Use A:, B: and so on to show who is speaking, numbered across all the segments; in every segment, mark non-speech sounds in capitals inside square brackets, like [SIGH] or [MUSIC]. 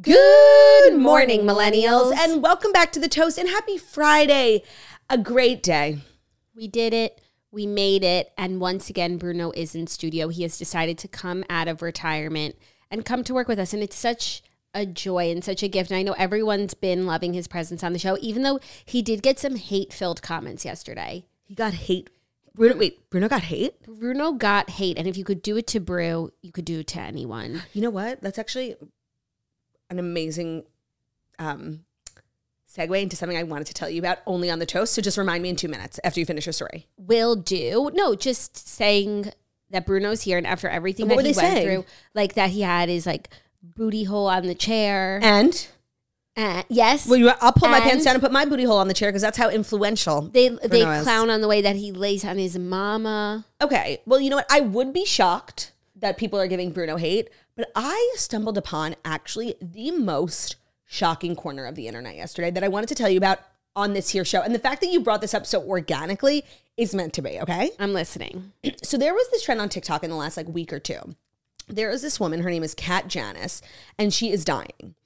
A: Good morning, millennials, and welcome back to the toast and happy Friday. A great day.
B: We did it. We made it. And once again, Bruno is in studio. He has decided to come out of retirement and come to work with us. And it's such a joy and such a gift. And I know everyone's been loving his presence on the show, even though he did get some hate filled comments yesterday.
A: He got hate. Bruno, wait, Bruno got hate?
B: Bruno got hate. And if you could do it to Brew, you could do it to anyone.
A: You know what? That's actually an amazing um, segue into something I wanted to tell you about only on the toast. So just remind me in two minutes after you finish your story.
B: will do. No, just saying that Bruno's here and after everything
A: What
B: that
A: were
B: he
A: they
B: went
A: saying?
B: through, like that he had his like booty hole on the chair.
A: And
B: Uh, yes.
A: well, you, I'll pull my pants
B: And-
A: down and put my booty hole on the chair because that's how influential.
B: they they
A: Bruno is.
B: clown on the way that he lays on his mama.
A: Okay. Well, you know what? I would be shocked that people are giving Bruno hate, but I stumbled upon actually the most shocking corner of the internet yesterday that I wanted to tell you about on this here show. And the fact that you brought this up so organically is meant to be, okay?
B: I'm listening.
A: So there was this trend on TikTok in the last like week or two. There is this woman, her name is Kat Janice, and she is dying.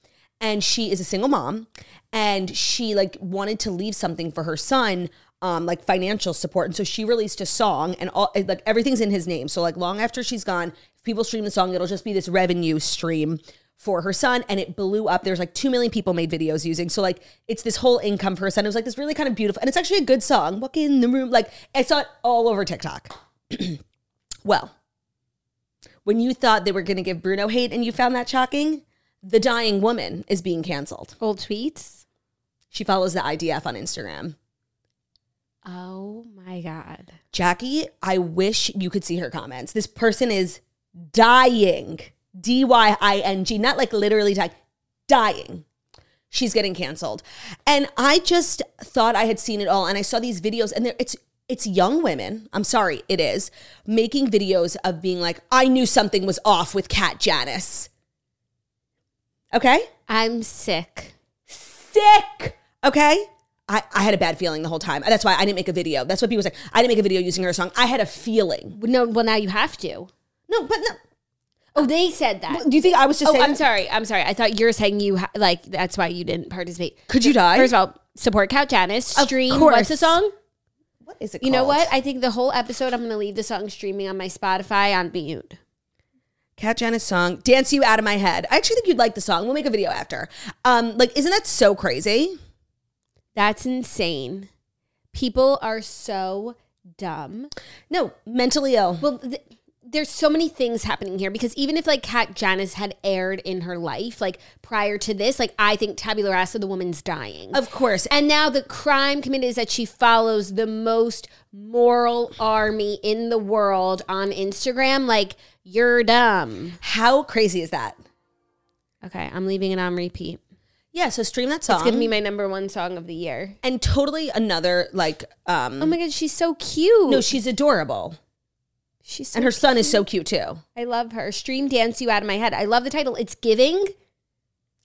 A: And she is a single mom, and she like wanted to leave something for her son, um, like financial support. And so she released a song, and all like everything's in his name. So like long after she's gone, if people stream the song, it'll just be this revenue stream for her son, and it blew up. There's like two million people made videos using. So like it's this whole income for her son. It was like this really kind of beautiful, and it's actually a good song. Walk in the room, like I saw it all over TikTok. Well, when you thought they were going to give Bruno hate and you found that shocking, the dying woman is being canceled.
B: Old tweets.
A: She follows the IDF on Instagram.
B: Oh my god.
A: Jackie, I wish you could see her comments. This person is dying. D Y I N G, not like literally dying, dying. She's getting canceled. And I just thought I had seen it all. And I saw these videos, and there it's it's young women. I'm sorry, it is, making videos of being like, I knew something was off with Cat Janice. Okay?
B: I'm sick.
A: sick. Okay. I, I had a bad feeling the whole time. That's why I didn't make a video. That's what people say. I didn't make a video using her song. I had a feeling.
B: No, well now you have to.
A: No, but no.
B: Oh, they said that.
A: Do you think I was just
B: Oh,
A: saying?
B: I'm sorry. I'm sorry. I thought you were saying you ha- like that's why you didn't participate.
A: Could you die?
B: First of all, support Count Janice.
A: Of
B: Stream.
A: course.
B: What's the song?
A: what is it
B: You know
A: called?
B: what? I think the whole episode I'm going to leave the song streaming on my Spotify on mute.
A: Cat Janice song, Dance You Out of My Head. I actually think you'd like the song. We'll make a video after. Um, Like, isn't that so crazy?
B: That's insane. People are so dumb.
A: No, mentally ill.
B: Well, th- there's so many things happening here because even if like Kat Janice had aired in her life, like prior to this, like I think Tabula Rasa, the woman's dying.
A: of course.
B: and now the crime committed is that she follows the most moral army in the world on Instagram. Like, you're dumb.
A: How crazy is that?
B: Okay, I'm leaving it on repeat.
A: Yeah, so stream that song.
B: It's gonna be my number one song of the year.
A: and totally another, like, um,
B: Oh my god, she's so cute.
A: no, she's adorable.
B: she's so
A: And her son is so cute too.
B: I love her. Stream dance you out of my head. I love the title. It's giving.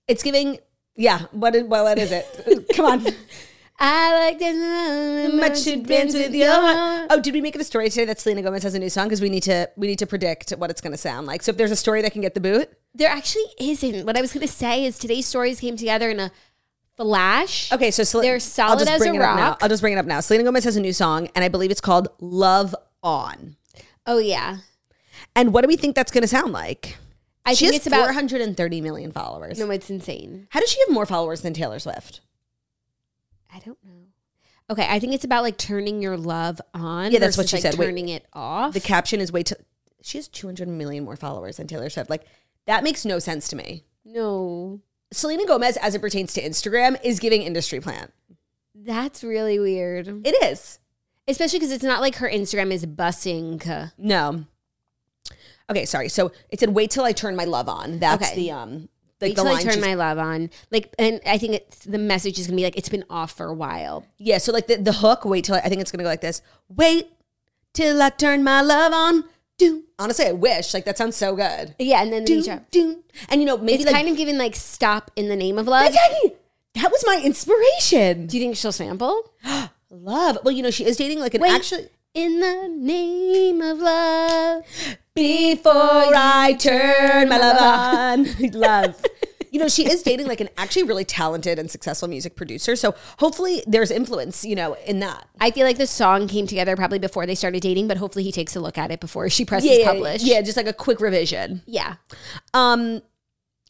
A: It's giving, yeah. What? Is, well, what is
B: [LAUGHS]
A: it? Come on.
B: I like the
A: Much advance with your heart. Oh, did we make it a story today that Selena Gomez has a new song? Because we need to we need to predict what it's going to sound like. So if there's a story that can get the boot,
B: There actually isn't. What I was gonna say is today's stories came together in a flash.
A: okay. So Sel-
B: They're solid as
A: bring
B: a
A: it up now.
B: rock.
A: I'll just bring it up now. Selena Gomez has a new song, and I believe it's called "Love On."
B: Oh yeah.
A: And what do we think that's going to sound like?
B: I
A: she
B: think
A: has
B: it's about
A: 430 million followers.
B: no, it's insane.
A: How does she have more followers than Taylor Swift?
B: I don't know. Okay, I think it's about like turning your love on.
A: Yeah, that's what
B: versus,
A: she
B: like,
A: said. Wait.
B: Turning it off.
A: The caption is way to. She has 200 million more followers than Taylor Swift. Like that makes no sense to me.
B: no,
A: Selena Gomez, as it pertains to Instagram, is giving industry plant.
B: that's really weird.
A: It is.
B: Especially because it's not like her Instagram is bussing.
A: No. Okay, sorry. So it said, "Wait till I turn my love on." That's
B: Okay.
A: the um, like
B: Wait
A: the
B: till
A: line.
B: I turn
A: she's-
B: my love on. Like, and I think it's, the message is gonna be like, it's been off for a while.
A: yeah. So like the, the hook. Wait till I, I think it's gonna go like this. Wait till I turn my love on. Do honestly, I wish like that sounds so good.
B: Yeah, and then the
A: Do
B: intro.
A: do. And you know maybe
B: It's
A: like
B: kind of given like stop in the name of love.
A: Jackie, that was my inspiration.
B: Do you think she'll sample?
A: Love. Well, you know she is dating like an
B: Wait.
A: actually.
B: In the name of love.
A: [LAUGHS] Before I turn my love on, love. you know, she is dating like an actually really talented and successful music producer. So hopefully there's influence, you know, in that.
B: I feel like the song came together probably before they started dating, but hopefully he takes a look at it before she presses publish.
A: yeah, just like a quick revision.
B: Yeah.
A: Um,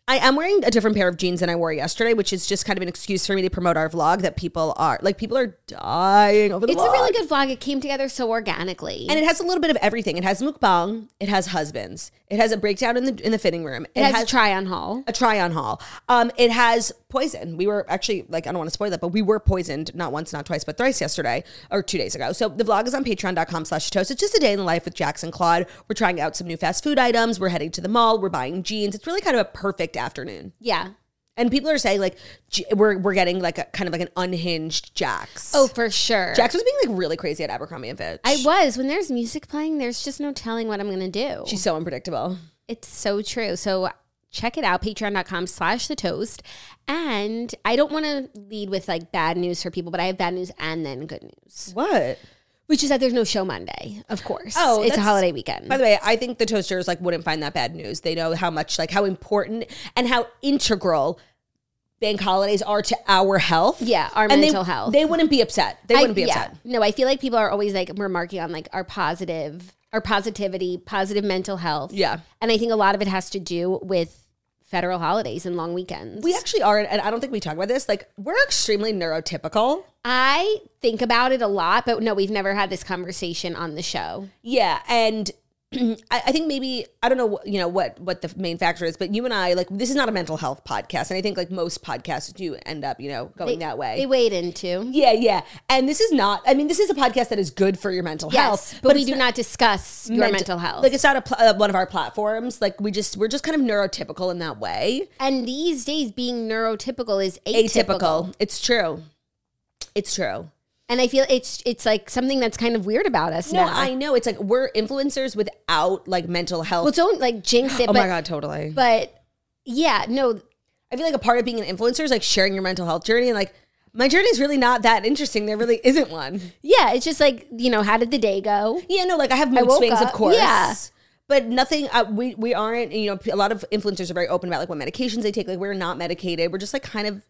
A: I am wearing a different pair of jeans than I wore yesterday, which is just kind of an excuse for me to promote our vlog that people are like people are dying over the
B: It's
A: vlog.
B: a really good vlog. It came together so organically.
A: and it has a little bit of everything. It has mukbang, it has husbands, it has a breakdown in the in the fitting room,
B: it, has, a try on haul.
A: a try on haul. Um, it has poison. We were actually like, I don't want to spoil that, but we were poisoned not once, not twice, but thrice yesterday or two days ago. So the vlog is on patreon.com slash toast. It's just a day in the life with Jackson Claude. We're trying out some new fast food items. We're heading to the mall. We're buying jeans. It's really kind of a perfect afternoon.
B: Yeah.
A: And people are saying like, J- we're, we're getting like a kind of like an unhinged Jax.
B: Oh, for sure.
A: Jax was being like really crazy at Abercrombie and Fitch.
B: I was. When there's music playing, there's just no telling what I'm going to do.
A: She's so unpredictable.
B: It's so true. So check it out, patreon.com slash the toast. And I don't want to lead with like bad news for people, but I have bad news and then good news,
A: What?
B: which is that there's no show Monday, of course.
A: Oh,
B: it's a
A: that's-
B: holiday weekend.
A: By the way, I think the toasters like wouldn't find that bad news. They know how much like how important and how integral bank holidays are to our health.
B: Yeah, our
A: and
B: mental
A: they,
B: health.
A: They wouldn't be upset. They
B: I-
A: wouldn't be
B: yeah.
A: upset.
B: No, I feel like people are always like remarking on like our positive, our positivity, positive mental health.
A: Yeah.
B: And I think a lot of it has to do with federal holidays and long weekends.
A: We actually are, and I don't think we talk about this. Like we're extremely neurotypical.
B: I think about it a lot, but no, we've never had this conversation on the show.
A: Yeah, and [CLEARS THROAT] I, I think maybe I don't know, wh- you know what what the main factor is, but you and I like this is not a mental health podcast, and I think like most podcasts do end up, you know, going that way.
B: They wade into.
A: yeah, yeah, and this is not. I mean, this is a podcast that is good for your mental health,
B: Yes, but, we
A: it's
B: do
A: not-
B: not, discuss your mental health.
A: Like it's not a pl- uh, one of our platforms. Like we just we're just kind of neurotypical in that way.
B: and these days, being neurotypical is
A: Atypical.
B: atypical.
A: It's true. It's true.
B: And I feel it's it's like something that's kind of weird about us
A: No,
B: now.
A: I know. It's like we're influencers without like mental health.
B: well, don't like jinx [GASPS] it.
A: oh
B: but,
A: my god, totally.
B: But yeah, no,
A: I feel like a part of being an influencer is like sharing your mental health journey and like my journey is really not that interesting. There really isn't one.
B: yeah, it's just like you know, how did the day go?
A: Yeah, no, like I have mood
B: woke
A: swings, of
B: up-
A: course.
B: yeah.
A: But nothing. Uh, we we aren't. You know, a lot of influencers are very open about like what medications they take. Like we're not medicated. We're just like kind of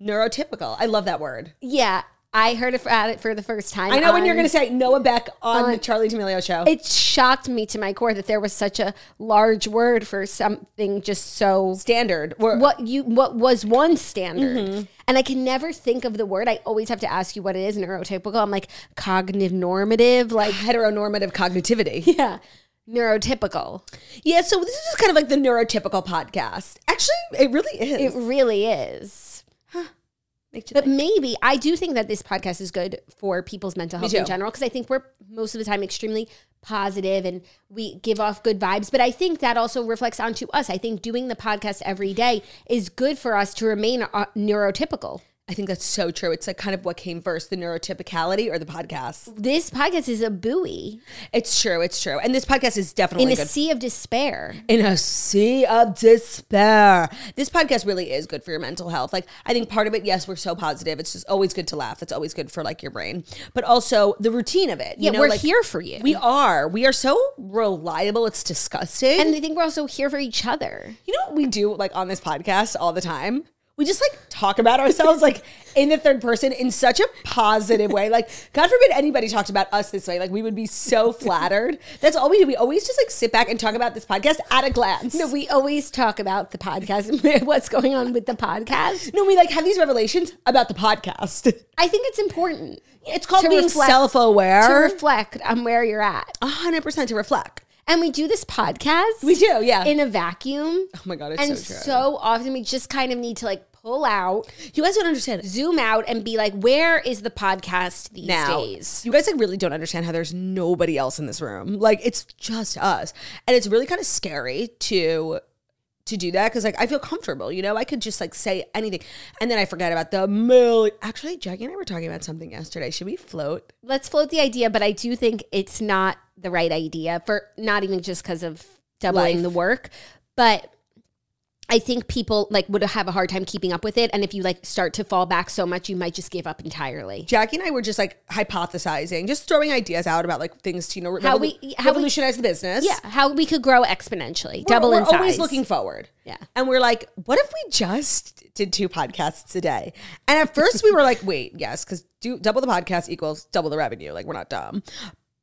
A: neurotypical. I love that word.
B: Yeah, I heard about it for the first time.
A: I know when you're
B: on-
A: going to say Noah Beck on the Charlie D'Amelio show.
B: It shocked me to my core that there was such a large word for something just so
A: standard. We're,
B: what you what was one standard
A: Mm-hmm.
B: and i can never think of the word i always have to ask you what it is neurotypical i'm like cognitive normative like [LAUGHS]
A: heteronormative cognitivity.
B: yeah neurotypical
A: [LAUGHS] yeah, so this is just kind of like the neurotypical podcast. Actually, it really is.
B: it really is
A: Makes you
B: but
A: think.
B: maybe i do think that this podcast is good for people's mental health in
A: too.
B: general because i think we're most of the time extremely positive and we give off good vibes but i think that also reflects onto us i think doing the podcast every day is good for us to remain uh, neurotypical
A: I think that's so true. It's like kind of what came first, the neurotypicality or the podcast.
B: this podcast is a buoy
A: It's true. It's true. And this podcast is
B: in
A: definitely
B: a
A: good.
B: sea of despair
A: in a sea of despair. This podcast really is good for your mental health. Like I think part of it, yes, we're so positive. It's just always good to laugh. That's always good for like your brain. But also the routine of it. You
B: Yeah,
A: know,
B: we're
A: like,
B: here for you.
A: We are. We are so reliable. It's disgusting.
B: and I think we're also here for each other.
A: you know what we do like on this podcast all the time? We just like talk about ourselves like in the third person in such a positive way. Like, God forbid anybody talked about us this way. Like, we would be so flattered. That's all we do. We always just like sit back and talk about this podcast at a glance.
B: No,
A: No,
B: we always talk about the podcast, [LAUGHS] what's going on with the podcast.
A: no we like have these revelations about the podcast.
B: I think it's important
A: It's called
B: To
A: being
B: reflect-
A: self
B: to
A: aware.
B: reflect on where you're at.
A: 100% to reflect.
B: And we do this podcast
A: We do, yeah.
B: in a vacuum.
A: oh my God, it's
B: and
A: so
B: so,
A: true.
B: often we just kind of need to like pull out,
A: you guys don't understand.
B: zoom out, and be like, where is the podcast these
A: now.
B: days?
A: You guys like really don't understand how there's nobody else in this room. Like it's just us. And it's really kind of scary to to do that because like I feel comfortable, you know, I could just like say anything. And then I forget about the million actually Jackie and I were talking about something yesterday. Should we float?
B: Let's float the idea, but I do think it's not the right idea for not even just because of doubling
A: Life.
B: the work, but I think people like would have a hard time keeping up with it. And if you like start to fall back so much, you might just give up entirely.
A: Jackie and I were just like hypothesizing, just throwing ideas out about like things to you know revolu-
B: How we- e, how we-
A: revolutionize the business.
B: Yeah, how we could grow exponentially,
A: We're-
B: double
A: we're
B: in size.
A: always looking forward.
B: Yeah.
A: and we're like, what if we just did two podcasts a day? And at first we were like, [LAUGHS] wait, yes, because do double the podcast equals double the revenue. Like we're not dumb.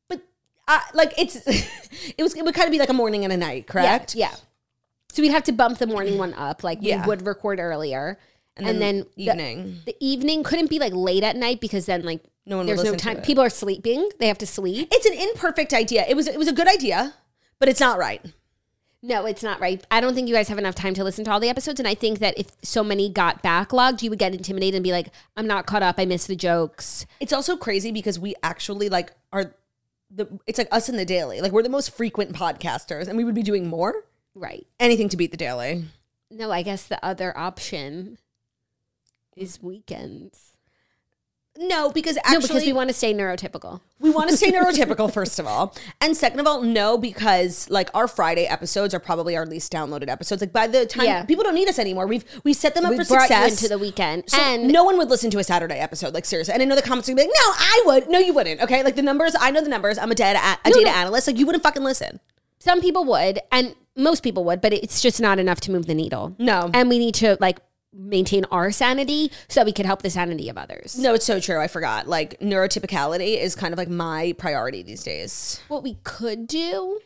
A: But uh, like it's [LAUGHS] it was it would kind of be like a morning and a night, correct?
B: Yeah, yeah. So we'd have to bump the morning one up. Like
A: Yeah.
B: we would record earlier, and, then, the-
A: Evening.
B: The, evening couldn't be like late at night because then like
A: No one would
B: there's no
A: listen to
B: time.
A: it.
B: People are sleeping. They have to sleep.
A: it's an imperfect idea. It was it was a good idea, but it's not right.
B: No, it's not right. I don't think you guys have enough time to listen to all the episodes. And I think that if so many got backlogged, you would get intimidated and be like, I'm not caught up. I missed the jokes.
A: It's also crazy because we actually like are the it's like us in the daily. Like we're the most frequent podcasters and we would be doing more.
B: Right.
A: Anything to beat the daily.
B: No, I guess the other option is weekends.
A: No, because actually
B: no, because we want to stay neurotypical.
A: we want to stay neurotypical first of all. And second of all, no because like our Friday episodes are probably our least downloaded episodes. Like by the time
B: Yeah.
A: people don't need us anymore. We've we set them up
B: We
A: for
B: brought you
A: success.
B: into the weekend.
A: So
B: and
A: no one would listen to a Saturday episode, like seriously. And I know the comments would be like, "No, I would. No, you wouldn't." Okay, like the numbers. I know the numbers. I'm a data a
B: No,
A: data
B: no.
A: analyst. Like you wouldn't fucking listen.
B: some people would, and most people would, but it's just not enough to move the needle.
A: No.
B: And we need to like maintain our sanity so that we can help the sanity of others.
A: No, it's so true. I forgot. Like neurotypicality is kind of like my priority these days.
B: What we could do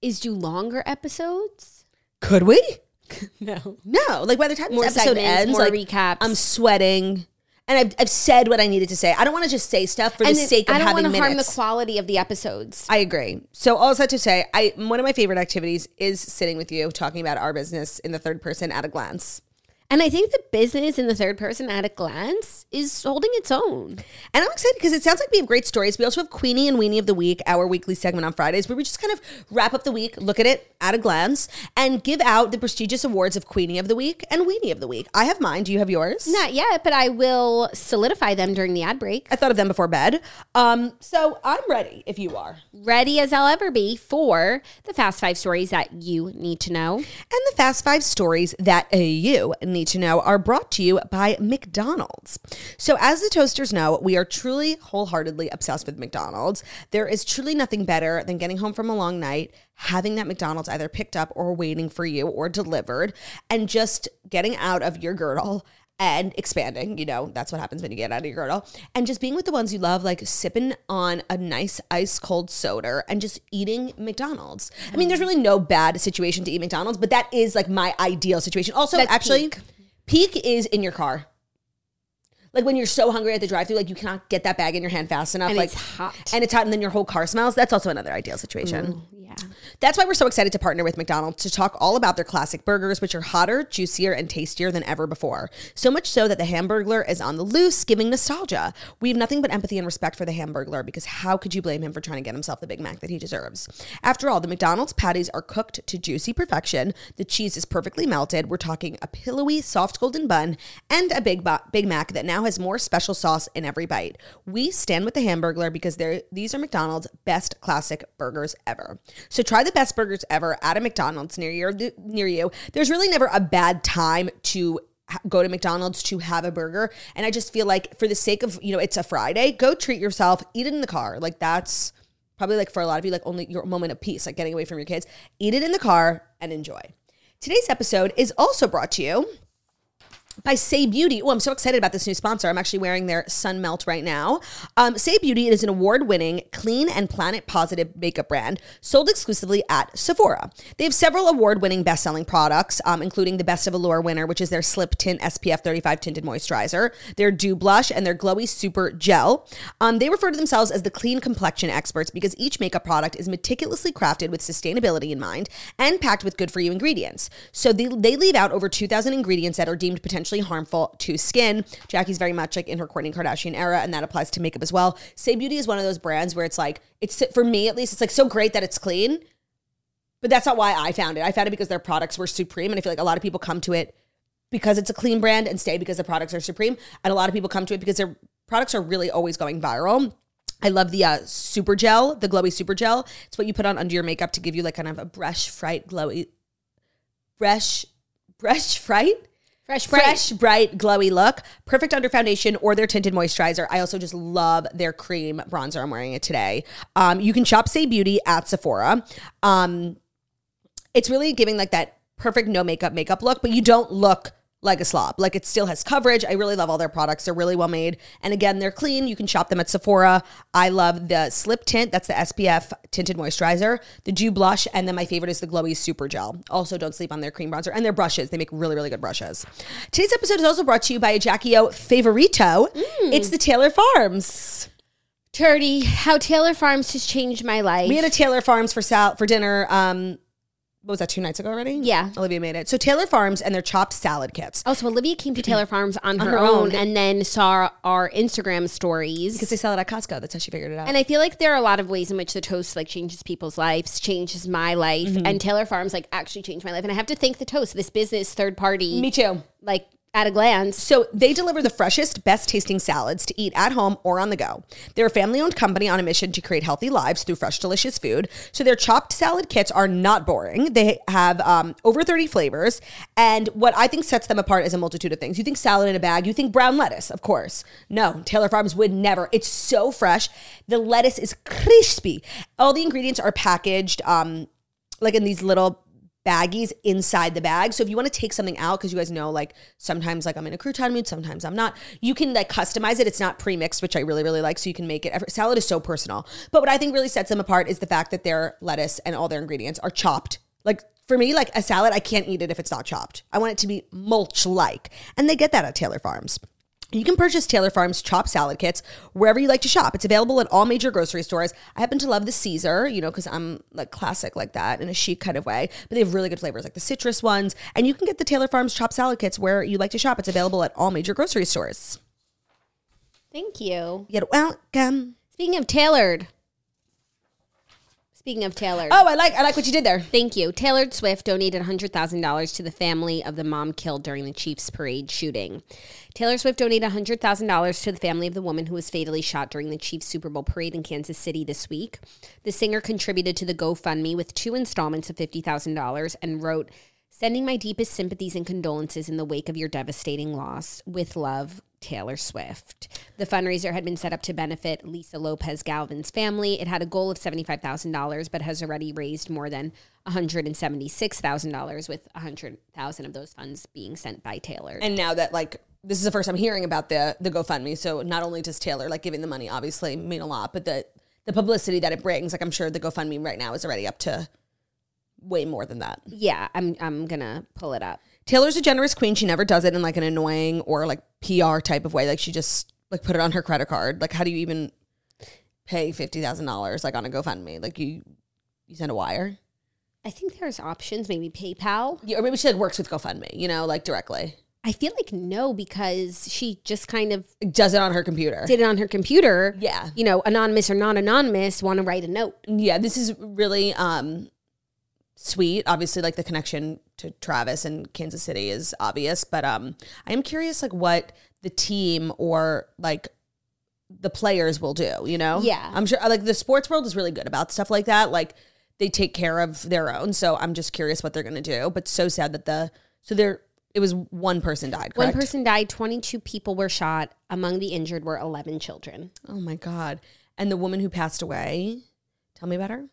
B: is do longer episodes.
A: Could we?
B: [LAUGHS] No.
A: No. Like by the time
B: More
A: this episode
B: segments,
A: ends,
B: more
A: like
B: recaps.
A: I'm sweating, and I've I've said what I needed to say. I don't want to just say stuff for the
B: it-
A: sake of
B: I don't
A: having
B: wanna
A: minutes.
B: harm the quality of the episodes.
A: I agree. So all that to say, I one of my favorite activities is sitting with you talking about our business in the third person at a glance.
B: And I think the business in the third person at a glance is holding its own.
A: And I'm excited because it sounds like we have great stories. We also have Queenie and Weenie of the Week, our weekly segment on Fridays, where we just kind of wrap up the week, look at it at a glance, and give out the prestigious awards of Queenie of the Week and Weenie of the Week. I have mine. Do you have yours?
B: Not yet, but I will solidify them during the ad break.
A: I thought of them before bed. Um, so I'm ready if you are.
B: Ready as I'll ever be for the fast five stories that you need to know.
A: And the Fast Five stories that uh, you need to know are brought to you by McDonald's. So, as the toasters know, we are truly wholeheartedly obsessed with McDonald's. There is truly nothing better than getting home from a long night, having that McDonald's either picked up or waiting for you or delivered, and just getting out of your girdle and expanding. You know, that's what happens when you get out of your girdle. And just being with the ones you love, like sipping on a nice ice cold soda and just eating McDonald's. I
B: Mm.
A: mean, there's really no bad situation to eat McDonald's, but that is like my ideal situation. Also,
B: That's
A: actually,
B: peak.
A: peak is in your car. Like when you're so hungry at the drive-through, like you cannot get that bag in your hand fast enough.
B: And
A: like
B: it's hot. Mm.
A: and it's hot, and then your whole car smells. That's also another ideal situation.
B: Yeah.
A: That's why we're so excited to partner with McDonald's to talk all about their classic burgers, which are hotter, juicier, and tastier than ever before. So much so that the hamburglar is on the loose, giving nostalgia. We have nothing but empathy and respect for the hamburglar because how could you blame him for trying to get himself the Big Mac that he deserves? After all, the McDonald's patties are cooked to juicy perfection. The cheese is perfectly melted. We're talking a pillowy, soft golden bun and a Big, Bo- Big Mac that now has more special sauce in every bite. We stand with the hamburglar because they're, these are McDonald's best classic burgers ever. So try the best burgers ever at a McDonald's near your near you. There's really never a bad time to ha- go to McDonald's to have a burger, and I just feel like for the sake of you know it's a Friday, go treat yourself, eat it in the car. Like that's probably like for a lot of you like only your moment of peace, like getting away from your kids. Eat it in the car and enjoy. Today's episode is also brought to you by Say Beauty. Oh, I'm so excited about this new sponsor. I'm actually wearing their Sun Melt right now. Um, Say Beauty is an award winning, clean, and planet positive makeup brand sold exclusively at Sephora. They have several award winning best selling products, um, including the Best of Allure winner, which is their Slip Tint SPF 35 tinted moisturizer, their Dew Blush, and their Glowy Super Gel. Um, they refer to themselves as the clean complexion experts because each makeup product is meticulously crafted with sustainability in mind and packed with good for you ingredients. So they, they leave out over 2,000 ingredients that are deemed potentially harmful to skin. Jackie's very much like in her Kourtney Kardashian era, and that applies to makeup as well. Say Beauty is one of those brands where it's like, it's for me at least, it's like so great that it's clean, but that's not why I found it. I found it because their products were supreme, and I feel like a lot of people come to it because it's a clean brand and stay because the products are supreme. And a lot of people come to it because their products are really always going viral. I love the uh, super gel, the glowy super gel. It's what you put on under your makeup to give you like kind of a brush fright glowy, brush Fresh Fright.
B: Fresh, bright.
A: Fresh, bright, glowy look. Perfect under foundation or their tinted moisturizer. I also just love their cream bronzer. I'm wearing it today. Um, you can shop Say Beauty at Sephora. Um, it's really giving like that perfect no makeup makeup look, but you don't look like a slob. Like it still has coverage. I really love all their products. They're really well made. And again, they're clean. You can shop them at Sephora. I love the Slip Tint. That's the SPF tinted moisturizer, the Dew Blush, and then my favorite is the Glowy Super Gel. Also, don't sleep on their cream bronzer and their brushes. They make really, really good brushes. Today's episode is also brought to you by a Jackie O favorito. It's the Taylor Farms.
B: Turdy, how Taylor Farms has changed my life.
A: We had a Taylor Farms for sal- for dinner. Um, what was that? Two nights ago already?
B: Yeah.
A: Olivia made it. So Taylor Farms and their chopped salad kits.
B: oh, so Olivia came to Taylor Farms on, her,
A: her
B: own,
A: own.
B: and then saw our Instagram stories.
A: Because they sell it at Costco. That's how she figured it out.
B: And I feel like there are a lot of ways in which the toast like changes people's lives, changes my life, and Taylor Farms like actually changed my life. And I have to thank the toast, this business, third party,
A: Me too.
B: like at a glance.
A: So they deliver the freshest, best tasting salads to eat at home or on the go. They're a family owned company on a mission to create healthy lives through fresh, delicious food. So their chopped salad kits are not boring. They have um, over 30 flavors. And what I think sets them apart is a multitude of things. You think salad in a bag, you think brown lettuce, of course. No, Taylor Farms would never. It's so fresh. The lettuce is crispy. All the ingredients are packaged. Um, like in these little baggies inside the bag. So if you want to take something out, because you guys know, like sometimes like I'm in a crouton mood, sometimes I'm not. You can like customize it. It's not pre-mixed, which I really really like. So you can make it. ever- Salad is so personal. But what I think really sets them apart is the fact that their lettuce and all their ingredients are chopped. Like for me, like a salad, I can't eat it if it's not chopped. I want it to be mulch-like, and they get that at Taylor Farms. You can purchase Taylor Farms chopped salad kits wherever you like to shop. It's available at all major grocery stores. I happen to love the Caesar, you know, because I'm like classic like that in a chic kind of way. But they have really good flavors like the citrus ones. And you can get the Taylor Farms chopped salad kits where you like to shop. It's available at all major grocery stores.
B: Thank you.
A: You're welcome.
B: Speaking of tailored, speaking of tailored.
A: Oh, I like I like what you did there.
B: Thank you. Taylor Swift donated $100,000 to the family of the mom killed during the Chiefs parade shooting. Taylor Swift donated $100,000 to the family of the woman who was fatally shot during the Chiefs Super Bowl parade in Kansas City this week. The singer contributed to the GoFundMe with two installments of $50,000 and wrote, Sending my deepest sympathies and condolences in the wake of your devastating loss. With love, Taylor Swift. The fundraiser had been set up to benefit Lisa Lopez Galvin's family. It had a goal of $75,000, but has already raised more than $176,000, with 100000 of those funds being sent by Taylor.
A: And now that like this is the first I'm hearing about the the GoFundMe. So not only does Taylor like giving the money obviously mean a lot, but the the publicity that it brings, like I'm sure the GoFundMe right now is already up to way more than that.
B: yeah, I'm, I'm going to pull it up.
A: Taylor's a generous queen. She never does it in like an annoying or like PR type of way. Like she just like put it on her credit card. Like how do you even pay fifty thousand dollars like on a GoFundMe? Like you you send a wire.
B: I think there's options, maybe PayPal.
A: Yeah, or maybe she like works with GoFundMe, you know, like directly.
B: I feel like no, because she just kind of
A: Like, does it on her computer.
B: did it on her computer.
A: yeah.
B: You know, anonymous or non anonymous, want to write a note.
A: Yeah, this is really um sweet. Obviously like the connection to Travis and Kansas City is obvious, but um I am curious like what the team or like the players will do, you know?
B: Yeah.
A: I'm sure uh, like the sports world is really good about stuff like that. Like they take care of their own. So I'm just curious what they're gonna do. But so sad that the so there it was one person died, correct?
B: One person died, 22 people were shot. Among the injured were 11 children.
A: Oh my God. And the woman who passed away, tell me about her.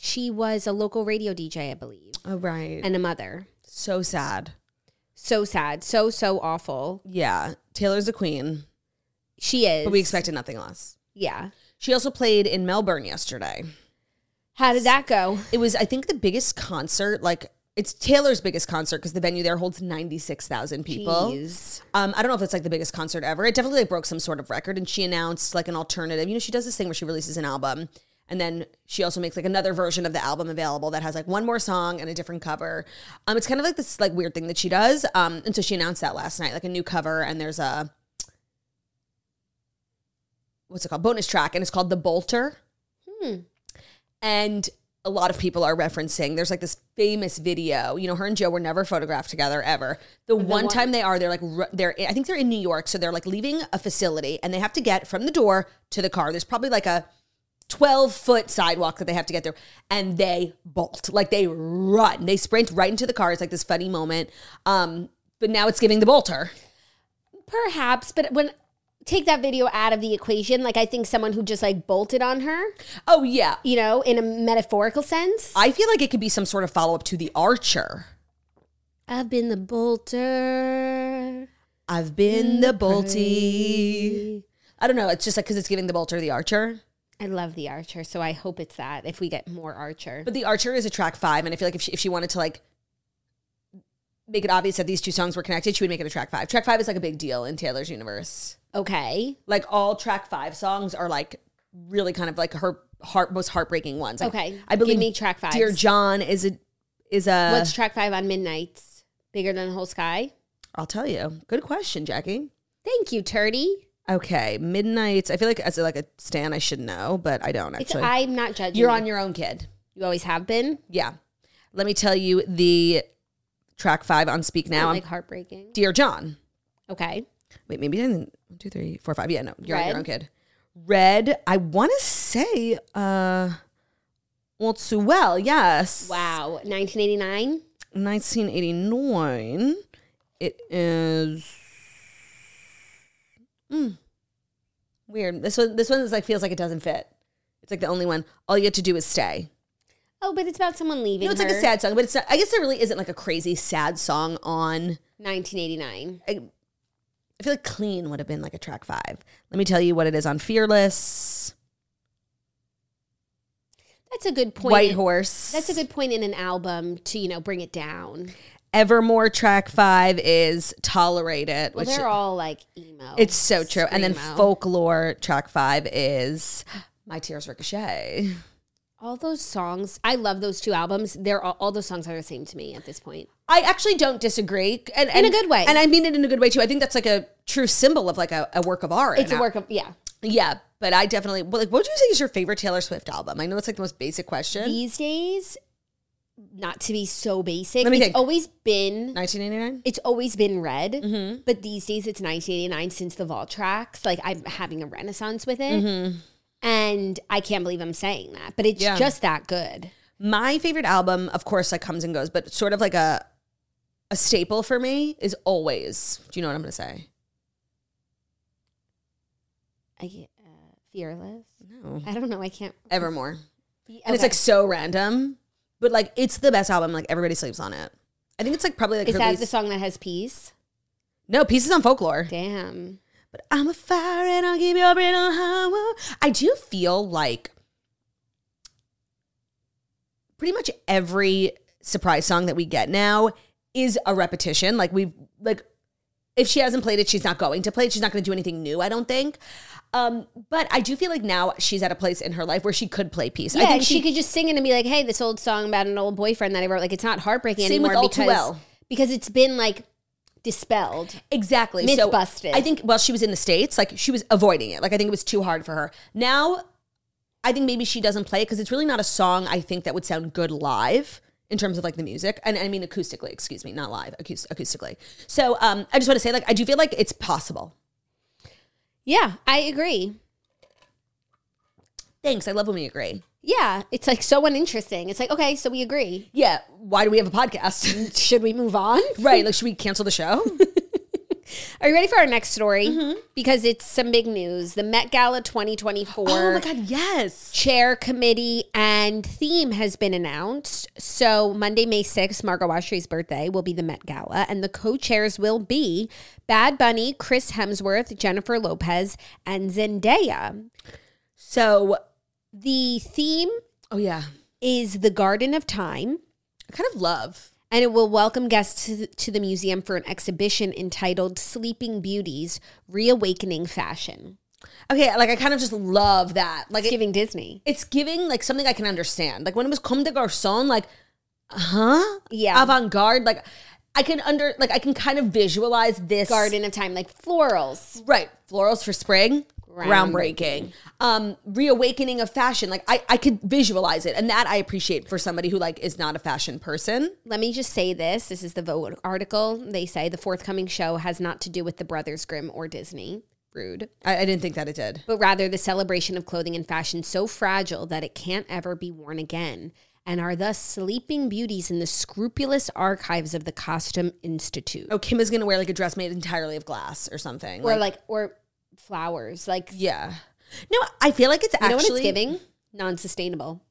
B: She was a local radio DJ, I believe,
A: Oh right. And
B: and a mother.
A: so sad.
B: So sad, so, so awful.
A: Yeah. Taylor's a queen.
B: She is.
A: But we expected nothing less.
B: Yeah.
A: She also played in Melbourne yesterday.
B: How did that go?
A: It was, I think, the biggest concert. Like, it's Taylor's biggest concert because the venue there holds 96,000 people.
B: Jeez.
A: Um, I don't know if it's like the biggest concert ever. It definitely like, broke some sort of record. And she announced like an alternative. You know, she does this thing where she releases an album and then she also makes like another version of the album available that has like one more song and a different cover. Um, it's kind of like this like weird thing that she does. Um, and so she announced that last night, like a new cover, and there's a what's it called bonus track, and it's called "The Bolter." Hmm. and a lot of people are referencing there's like this famous video you know her and joe were never photographed together ever the, one,
B: one-
A: time they are they're like ru- they're i think they're in new york so they're like leaving a facility and they have to get from the door to the car there's probably like a 12 foot sidewalk that they have to get through. And they bolt, like they run, they sprint right into the car. It's like this funny moment. Um, but now it's giving the bolter.
B: Perhaps, but when take that video out of the equation, like I think someone who just like bolted on her,
A: Oh, yeah.
B: you know, in a metaphorical sense.
A: I feel like it could be some sort of follow up to The Archer.
B: I've been the bolter.
A: I've been
B: Mm,
A: the bolty. I don't know. It's just like because it's giving the bolter The Archer.
B: I love the Archer, so I hope it's that if we get more Archer.
A: But The Archer is a track five. And I feel like if she, if she wanted to like make it obvious that these two songs were connected, she would make it a track five. Track five is like a big deal in Taylor's universe.
B: Okay.
A: like all track five songs are like really kind of like her heart most heartbreaking ones. Like,
B: Okay.
A: I believe
B: Give me track five.
A: Dear John is a is a.
B: What's track five on Midnight's? Bigger than the whole sky?
A: will tell you. Good question, Jackie.
B: Thank you, Turdy.
A: Okay, Midnight's. I feel like as like a stan, I should know, but I don't
B: It's
A: actually.
B: I'm not judging.
A: You're
B: you.
A: on your own, kid.
B: You always have been.
A: Yeah. Let me tell you the track five on Speak Now.
B: Not,
A: I'm
B: like heartbreaking.
A: Dear John.
B: Okay.
A: Wait, maybe I didn't. One, two, three, four, five. Yeah, no, you're on
B: Red.
A: your own, kid. Red. I want to say, uh, well, too well. Yes.
B: Wow. 1989.
A: 1989. It is Mm. weird. This one, this one is like feels like it doesn't fit. It's like the only one. All you have to do is stay.
B: Oh, but it's about someone leaving.
A: You know, it's like a
B: her.
A: sad song, but it's not, I guess there really isn't like a crazy sad song on.
B: 1989.
A: I, I feel like Clean would have been like a track five. Let me tell you what it is on Fearless,
B: That's a good point.
A: White
B: in-
A: Horse.
B: That's a good point in an album to you know bring it down.
A: Evermore track five is Tolerate It,
B: Well,
A: which
B: they're all like emo.
A: It's so true. And then
B: screamo.
A: folklore track five is My Tears Ricochet.
B: all those songs. I love those two albums. They're all, all those songs are the same to me at this point.
A: I actually don't disagree. And,
B: In a
A: and-
B: good way.
A: And I mean it in a good way too. I think that's like a true symbol of like a, a work of art.
B: It's
A: And
B: a
A: I-
B: work of yeah.
A: Yeah. But I definitely well, like what would you say is your favorite Taylor Swift album? I know that's like the most basic question.
B: These days, not to be so basic.
A: Let me
B: it's
A: think.
B: always been
A: Nineteen eighty nine?
B: it's always been red,
A: Mm-hmm.
B: but these days it's 1989 since the vault tracks. Like I'm having a renaissance with it. And I can't believe I'm saying that, but it's
A: Mm-hmm. Yeah.
B: just that good.
A: My favorite album, of course, like comes and goes, but sort of like a a staple for me is always. Do you know what I'm gonna say?
B: I get, uh, fearless.
A: No.
B: I don't know. I can't.
A: Evermore.
B: And
A: Mm-hmm. and it's like so random, but like it's the best album. Like everybody sleeps on it. I think it's like probably like
B: is
A: her
B: that
A: least-
B: the song that has peace?
A: no pieces on folklore.
B: Damn.
A: But I'm a fire and I'll keep your brain on high. I do feel like pretty much every surprise song that we get now is a repetition. Like we've like if she hasn't played it, she's not going to play it. She's not going to do anything new, I don't think. Um, but I do feel like now she's at a place in her life where she could play peace.
B: Yeah,
A: I think
B: and she, could just sing it and be like, "Hey, this old song about an old boyfriend that I wrote. Like, it's not heartbreaking
A: Same with
B: anymore
A: All Too
B: because
A: Well.
B: because it's been like dispelled.
A: Exactly.
B: Myth
A: so
B: busted.
A: I think while she was in the States, like she was avoiding it. Like I think it was too hard for her. Now I think maybe she doesn't play it because it's really not a song I think that would sound good live in terms of like the music. And I mean acoustically, excuse me, not live, acoust- acoustically. So um I just want to say like I do feel like it's possible.
B: Yeah, I agree.
A: Thanks. I love when we agree.
B: Yeah, it's like so uninteresting. It's like okay, so we agree.
A: Yeah. Why do we have a podcast? [LAUGHS]
B: Should we move on?
A: right. Like should we cancel the show?
B: Are you ready for our next story? Because it's some big news. The Met Gala 2024
A: [LAUGHS] oh my god, yes.
B: chair committee and theme has been announced. So Monday, May 6th, Margot Ashtray's birthday, will be the Met Gala, and the co-chairs will be Bad Bunny, Chris Hemsworth, Jennifer Lopez, and Zendaya.
A: So
B: The theme
A: oh yeah.
B: is the Garden of Time.
A: I kind of love.
B: and it will welcome guests to the, to the museum for an exhibition entitled Sleeping Beauties Reawakening Fashion.
A: Okay, like I kind of just love that. Like
B: It's giving Disney.
A: it's giving like something I can understand. Like when it was Comme des Garçons, like, huh?
B: Yeah.
A: Avant garde. Like I can under like I can kind of visualize this
B: Garden of Time, like florals.
A: Right. Florals for spring. Groundbreaking.
B: Groundbreaking.
A: Um, reawakening of fashion. Like I, I could visualize it. And that I appreciate for somebody who like is not a fashion person.
B: Let me just say this. This is the Vogue article. They say the forthcoming show has not to do with the Brothers Grimm or Disney. rude,
A: I, I didn't think that it did.
B: but rather the celebration of clothing and fashion so fragile that it can't ever be worn again, and are thus sleeping beauties in the scrupulous archives of the Costume Institute.
A: Oh, Kim is gonna wear like a dress made entirely of glass or something.
B: Or
A: Oh, Like,
B: like or flowers. Like you
A: yeah. No, I feel like it's
B: know
A: actually
B: what it's giving? Non sustainable.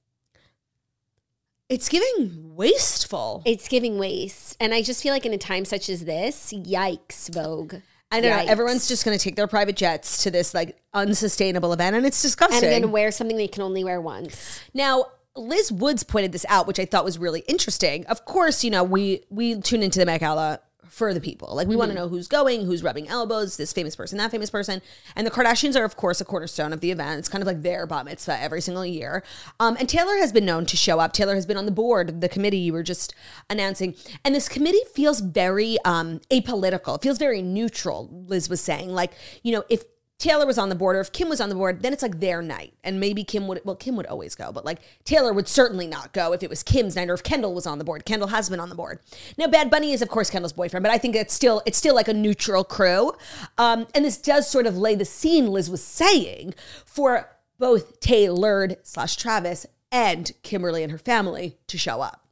A: It's giving wasteful.
B: It's giving waste. And I just feel like in a time such as this, yikes, Vogue.
A: I don't
B: Yikes.
A: know. Everyone's just gonna take their private jets to this like unsustainable event, and it's
B: And
A: disgusting.
B: then wear something they can only wear once.
A: Now, Liz Woods pointed this out, which I thought was really interesting. Of course, you know, we we tune into the Met Gala for the people. Like we want to know who's going, who's rubbing elbows, this famous person, that famous person. And the Kardashians are, of course, a cornerstone of the event. It's kind of like their bat mitzvah every single year. Um, and Taylor has been known to show up. Taylor has been on the board of the committee you were just announcing. And this committee feels very um, apolitical. It feels very neutral, Liz was saying. Like, you know, if Taylor was on the board, or if Kim was on the board, then it's like their night, and maybe Kim would. Well, Kim would always go, but like Taylor would certainly not go if it was Kim's night, or if Kendall was on the board. Kendall has been on the board. Now, Bad Bunny is of course Kendall's boyfriend, but I think it's still it's still like a neutral crew, um, and this does sort of lay the scene. Liz was saying for both Taylor slash Travis and Kimberly and her family to show up.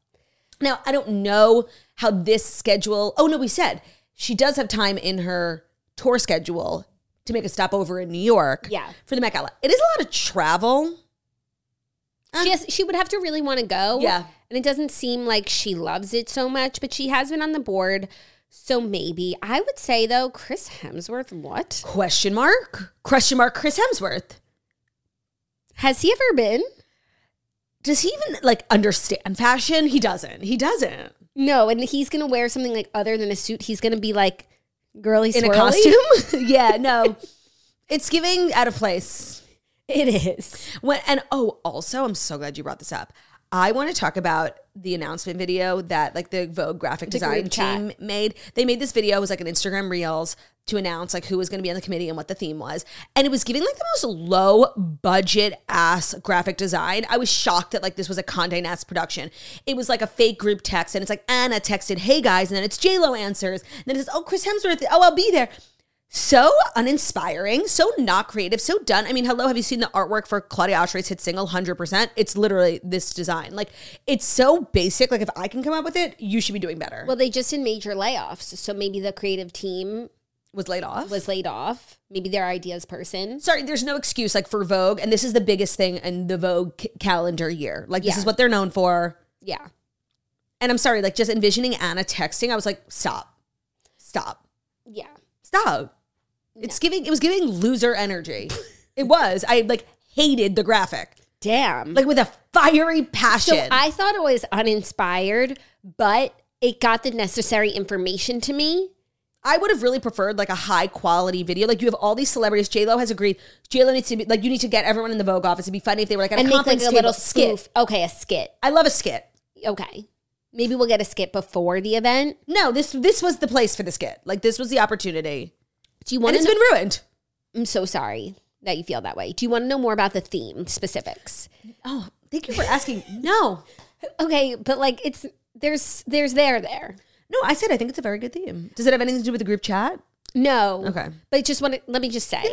A: Now, I don't know how this schedule. Oh, no, we said she does have time in her tour schedule to make a stopover in New York.
B: Yeah.
A: For the Met Gala. It is a lot of travel.
B: She has, she would have to really want to go.
A: Uh-huh. Yeah.
B: And it doesn't seem like she loves it so much, but she has been on the board. So maybe I would say though, Chris Hemsworth, what?
A: Question mark? Question mark Chris Hemsworth.
B: Has he ever been?
A: Does he even like understand fashion? He doesn't. He doesn't.
B: No, and he's gonna wear something like other than a suit. He's gonna be like girly
A: In
B: swirly.
A: a costume? [LAUGHS] yeah, no. It's giving out of place.
B: [LAUGHS] It is.
A: When, and oh, also, I'm so glad you brought this up. I want to talk about the announcement video that like the Vogue graphic design
B: green cat.
A: team made. They made this video it was like an Instagram Reels to announce like who was going to be on the committee and what the theme was, and it was giving like the most low budget ass graphic design. I was shocked that like this was a Condé Nast production. It was like a fake group text, and it's like Anna texted, "Hey guys," and then it's J Lo answers, and then it says, "Oh, Chris Hemsworth, oh I'll be there." so uninspiring, so not creative, so done. I mean, hello, have you seen the artwork for Claudia Ashrae's hit single 100%? It's literally this design. Like, it's so basic. Like, if I can come up with it, you should be doing better.
B: Well, they just did major layoffs, so maybe the creative team
A: was laid off.
B: was laid off. Maybe their ideas person.
A: Sorry, there's no excuse like for Vogue, and this is the biggest thing in the Vogue c- calendar year. Like, this
B: Yeah.
A: is what they're known for.
B: Yeah.
A: And I'm sorry, like, just envisioning Anna texting, I was like, stop, stop,
B: Yeah.
A: stop. It's giving, it was giving loser energy. [LAUGHS] it was. I like hated the graphic,
B: Damn.
A: like, with a fiery passion.
B: so I thought it was uninspired, but it got the necessary information to me.
A: I would have really preferred like a high quality video. Like you have all these celebrities. J Lo has agreed. J Lo needs to be like you need to get everyone in the Vogue office. It'd be funny if they were like at
B: And
A: a
B: make like
A: conference
B: a
A: table.
B: little
A: skit.
B: skit. Okay, a skit.
A: I love a skit.
B: Okay. Maybe we'll get a skit before the event.
A: No, this this was the place for the skit. Like this was the opportunity,
B: Do you
A: and
B: want to
A: it's
B: know?
A: been ruined.
B: I'm so sorry that you feel that way. Do you want to know more about the theme specifics?
A: Oh, thank you for asking. [LAUGHS] no,
B: Okay, but like it's there's there's there there.
A: no, I said I think it's a very good theme. Does it have anything to do with the group chat?
B: No.
A: Okay.
B: But just want to, let me just say,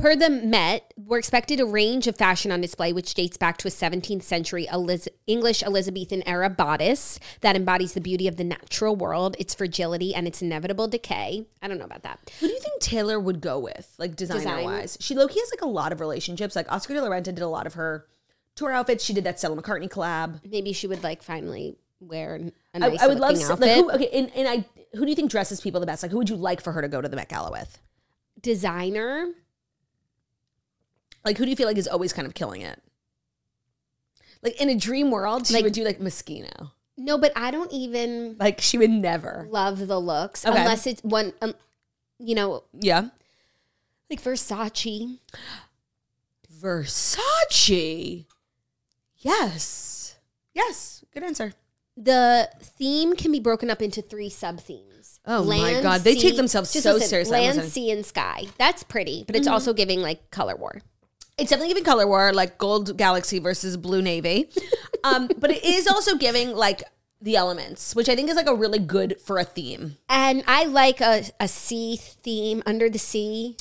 B: per the Met, we're expected a range of fashion on display which dates back to a 17th century Eliz- English Elizabethan era bodice that embodies the beauty of the natural world, its fragility, and its inevitable decay. I don't know about that.
A: Who do you think Taylor would go with, like designer
B: Design?
A: wise? She low key has like a lot of relationships. Like Oscar de la Renta did a lot of her tour outfits. She did that Stella McCartney collab.
B: Maybe she would like finally wear an- a
A: I-
B: nice
A: I, would love
B: looking
A: to,
B: outfit.
A: like, who, okay, and, and I who do you think dresses people the best? Like who would you like for her to go to the Met Gala with?
B: Designer.
A: Like who do you feel like is always kind of killing it? Like in a dream world, she
B: Like-
A: would do like Moschino.
B: No, but I don't even
A: Like she would never.
B: love the looks
A: Okay.
B: unless it's one, um, you know,
A: Yeah.
B: like Versace.
A: Versace. Yes. Yes. Good answer.
B: the theme can be broken up into three sub themes.
A: Oh my God, they take themselves so Mm-hmm. seriously. I'm
B: Land,
A: listening.
B: sea, and sky. That's pretty, but it's also giving like color war.
A: It's definitely giving color war, like gold galaxy versus blue navy. Um, but it is also giving like the elements, which I think is like a really good for a theme.
B: And I like a, a sea theme under the sea.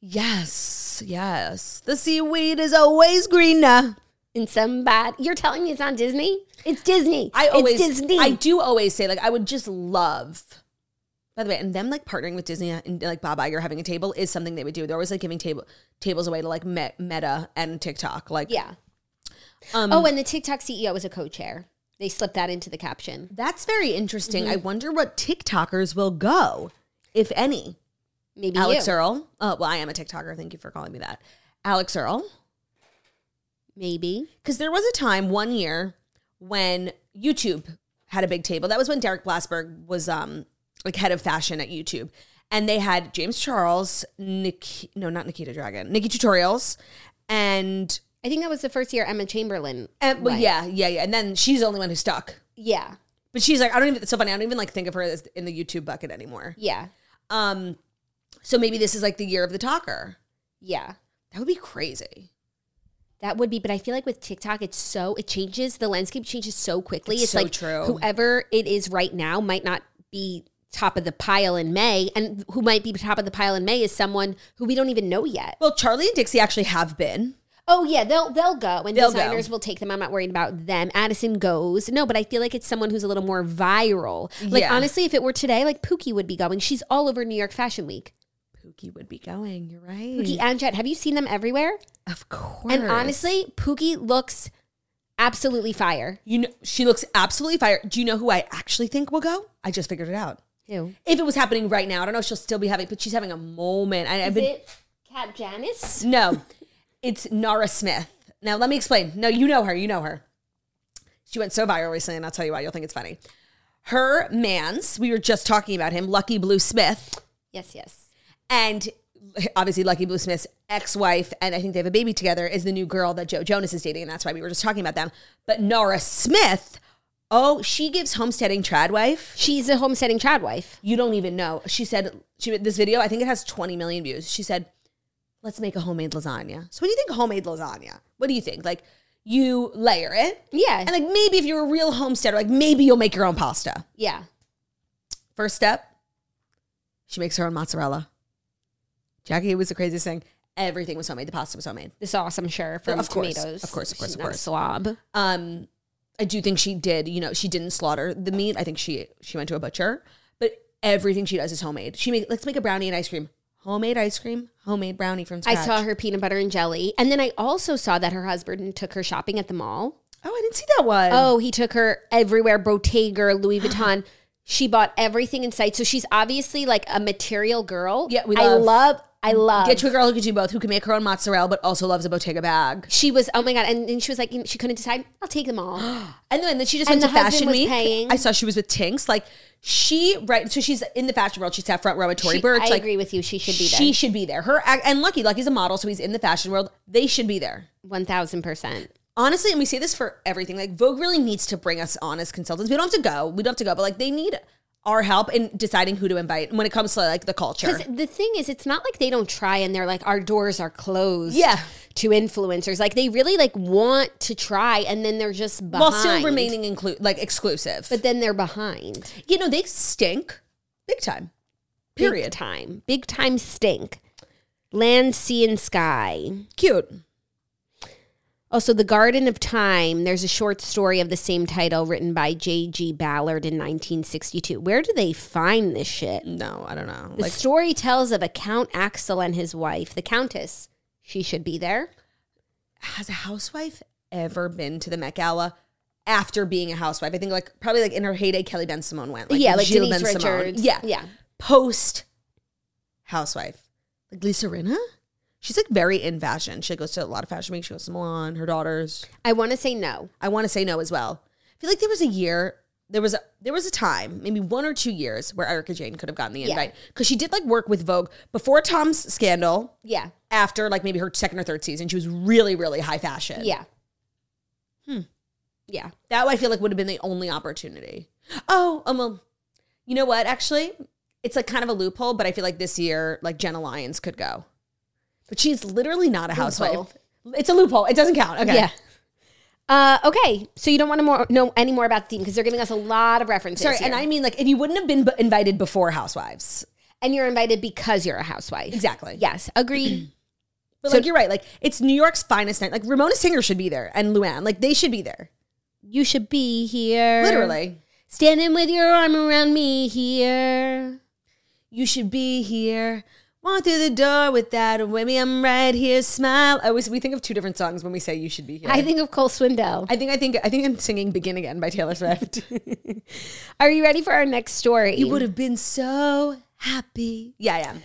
A: Yes, yes. The seaweed is always greener.
B: in somebody. You're telling me it's not Disney? It's Disney.
A: I
B: It's
A: always,
B: Disney.
A: I do always say like I would just love. By the way, and them like partnering with Disney and like Bob Iger having a table is something they would do. They're always like giving table tables away to like Met, Meta and TikTok. Like
B: yeah.
A: Um,
B: oh, and the TikTok CEO is a co-chair. They slipped that into the caption.
A: that's very interesting. I wonder what TikTokers will go, if any.
B: Maybe
A: Alex
B: you.
A: Earl. Uh, well, I am a TikToker. Thank you for calling me that. Alex Earl.
B: Maybe.
A: Because there was a time one year when YouTube had a big table. That was when Derek Blasberg was um like head of fashion at YouTube. And they had James Charles, Nick no, not Nikita Dragon, Nikki Tutorials, and,
B: I think that was the first year Emma Chamberlain.
A: and well,
B: went.
A: yeah, yeah, yeah. And then she's the only one who stuck.
B: Yeah.
A: But she's like, I don't even it's so funny, I don't even like think of her as in the YouTube bucket anymore.
B: Yeah.
A: Um so maybe this is like the year of the talker.
B: Yeah.
A: That would be crazy.
B: That would be, but I feel like with TikTok, it's so it changes. The landscape changes so quickly.
A: It's
B: It's,
A: so
B: like
A: true.
B: whoever it is right now might not be top of the pile in May, and who might be top of the pile in May is someone who we don't even know yet.
A: Well, Charlie and Dixie actually have been.
B: Oh yeah, they'll they'll go, and
A: They'll go.
B: designers will take them. I'm not worried about them. Addison goes. No, but I feel like it's someone who's a little more viral. Like
A: Yeah.
B: honestly, if it were today, like Pookie would be going. She's all over New York Fashion Week.
A: Pookie would be going, you're right.
B: Pookie and Jet, have you seen them everywhere?
A: Of course.
B: And honestly, Pookie looks absolutely fire.
A: you know, she looks absolutely fire. Do you know who I actually think will go? I just figured it out.
B: Who?
A: If it was happening right now, I don't know if she'll still be having, but she's having a moment. I, I've
B: Is
A: been
B: it Cat Janice?
A: no, it's Nara Smith. Now let me explain. No, you know her. You know her. She went so viral recently, and I'll tell you why. You'll think it's funny. Her man's, we were just talking about him, Lucky Blue Smith,
B: Yes, yes.
A: and obviously Lucky Blue Smith's ex-wife, and I think they have a baby together, is the new girl that Joe Jonas is dating, and that's why we were just talking about them. But Nara Smith, oh, she gives homesteading trad wife.
B: She's a homesteading trad wife.
A: You don't even know. She said she this video. I think it has 20 million views. She said, "Let's make a homemade lasagna." So when you think homemade lasagna, what do you think? Like you layer it,
B: Yeah.
A: and like maybe if you're a real homesteader, like maybe you'll make your own pasta.
B: yeah.
A: First step, she makes her own mozzarella. Jackie, it was the craziest thing. Everything was homemade. The pasta was homemade.
B: The sauce, I'm sure, from
A: Of course,
B: tomatoes.
A: of course, of course,
B: She's
A: of
B: not a
A: course.
B: slob.
A: Um, I do think she did. You know, she didn't slaughter the meat. I think she she went to a butcher, but everything she does is homemade. She make let's make a brownie and ice cream. Homemade ice cream, homemade brownie from
B: I
A: scratch.
B: saw her peanut butter and jelly. And then I also saw that her husband took her shopping at the mall.
A: Oh, I didn't see that one.
B: Oh, he took her everywhere Bottega,
A: [GASPS]
B: Louis Vuitton. She bought everything in sight. So she's obviously like a material girl.
A: Yeah, we
B: I
A: love-
B: love, I love.
A: get to a girl who can do both, who can make her own mozzarella, but also loves a Bottega bag.
B: she was, oh my God. And, and she was like, she couldn't decide. I'll take
A: [GASPS]
B: them all.
A: And then, then she just
B: And
A: went to
B: the husband
A: Fashion
B: was
A: Week.
B: paying.
A: I saw she was with Tinks. Like she right, so she's in the fashion world. She sat front row with Tory
B: She-
A: Burch.
B: I
A: like
B: agree with you. She should be there.
A: she should be there. Her ac- and Lucky, Lucky's a model, so he's in the fashion world. They should be there.
B: 1000%.
A: honestly, and we say this for everything, like Vogue really needs to bring us on as consultants. We don't have to go. We don't have to go, but like they need our help in deciding who to invite when it comes to like the culture.
B: Because the thing is, it's not like they don't try and they're like, our doors are closed.
A: Yeah.
B: To influencers. Like they really like want to try and then they're just behind.
A: While still remaining inclu- like exclusive.
B: But then they're behind.
A: you know, they stink big time.
B: Big
A: Period.
B: time. Big time stink. Land, sea, and sky.
A: Cute.
B: Also, The Garden of Time. There's a short story of the same title written by J.G. Ballard in 1962. Where do they find this shit?
A: No, I don't know.
B: The
A: Like
B: story tells of a Count Axel and his wife, the Countess. She should be there.
A: has a housewife ever been to the Met Gala? After being a housewife, I think like probably like in her heyday, Kelly Ben Simone went.
B: yeah, like
A: Gilles
B: Denise
A: Ben-Simone.
B: Richards.
A: Yeah,
B: yeah.
A: post housewife. Like Lisa Rinna? She's like very in fashion. She goes to a lot of fashion weeks. She goes to Milan, her daughters.
B: I want to say no.
A: I want to say no as well. I feel like there was a year, there was a there was a time, maybe one or two years, where Erica Jane could have gotten the
B: Yeah.
A: invite. Because she did like work with Vogue before Tom's scandal,
B: Yeah.
A: after like maybe her second or third season, she was really, really high fashion.
B: Yeah. Hmm. Yeah.
A: That I feel like would have been the only opportunity. Oh, um, well, you know what? Actually, it's like kind of a loophole, but I feel like this year, like Jenna Lyons could go, but she's literally not a housewife. It's a loophole. It doesn't count. Okay.
B: Yeah. Uh, okay. So you don't want to more, know any more about the theme because they're giving us a lot of references.
A: Sorry,
B: here.
A: and I mean like if you wouldn't have been b- invited before Housewives,
B: And you're invited because you're a housewife.
A: Exactly.
B: Yes, agreed.
A: But
B: So-
A: like you're right. Like it's New York's finest night. Like Ramona Singer should be there and Luann. Like they should be there.
B: [CLEARS THROAT] you should be here.
A: Literally.
B: Standing with your arm around me here.
A: You should be here. Walk through the door without a whammy. I'm right here. Smile. I always we think of two different songs when we say you should be here.
B: I think of Cole Swindell.
A: I think I think I think I'm singing "Begin Again" by Taylor [LAUGHS] Swift.
B: Are you ready for our next story?
A: you would have been so happy. Yeah, yeah.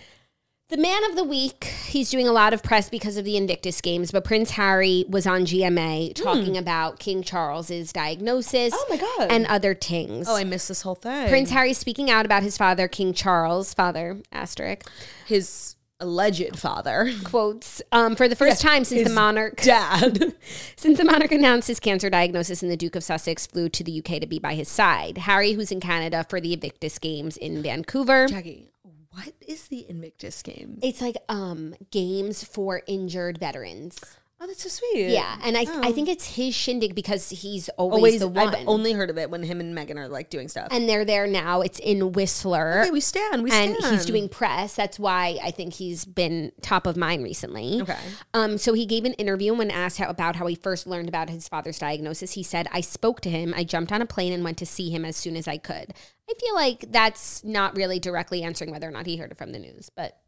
B: The man of the week, he's doing a lot of press because of the Invictus Games, but Prince Harry was on GMA talking about King Charles's diagnosis
A: Oh my God.
B: and other things.
A: Oh, I missed this whole thing.
B: Prince Harry's speaking out about his father, King Charles, father, asterisk,
A: his alleged father, [LAUGHS]
B: quotes, um, for the first time since the
A: his
B: monarch
A: dad.
B: [LAUGHS] Since the monarch announced his cancer diagnosis and the Duke of Sussex flew to the UK to be by his side, Harry, who's in Canada for the Invictus Games in Vancouver.
A: Jackie, what is the Invictus game?
B: It's like um games for injured veterans.
A: Oh, that's so sweet.
B: Yeah, and I I think it's his shindig because he's always,
A: Oh. always.
B: the one.
A: I've only heard of it when him and Megan are like doing stuff.
B: and they're there now. It's in Whistler.
A: Okay, we stand. We
B: and
A: stand.
B: he's doing press. That's why I think he's been top of mind recently.
A: Okay.
B: Um, so he gave an interview and when asked how, about how he first learned about his father's diagnosis, he said, "I spoke to him. I jumped on a plane and went to see him as soon as I could." I feel like that's not really directly answering whether or not he heard it from the news, but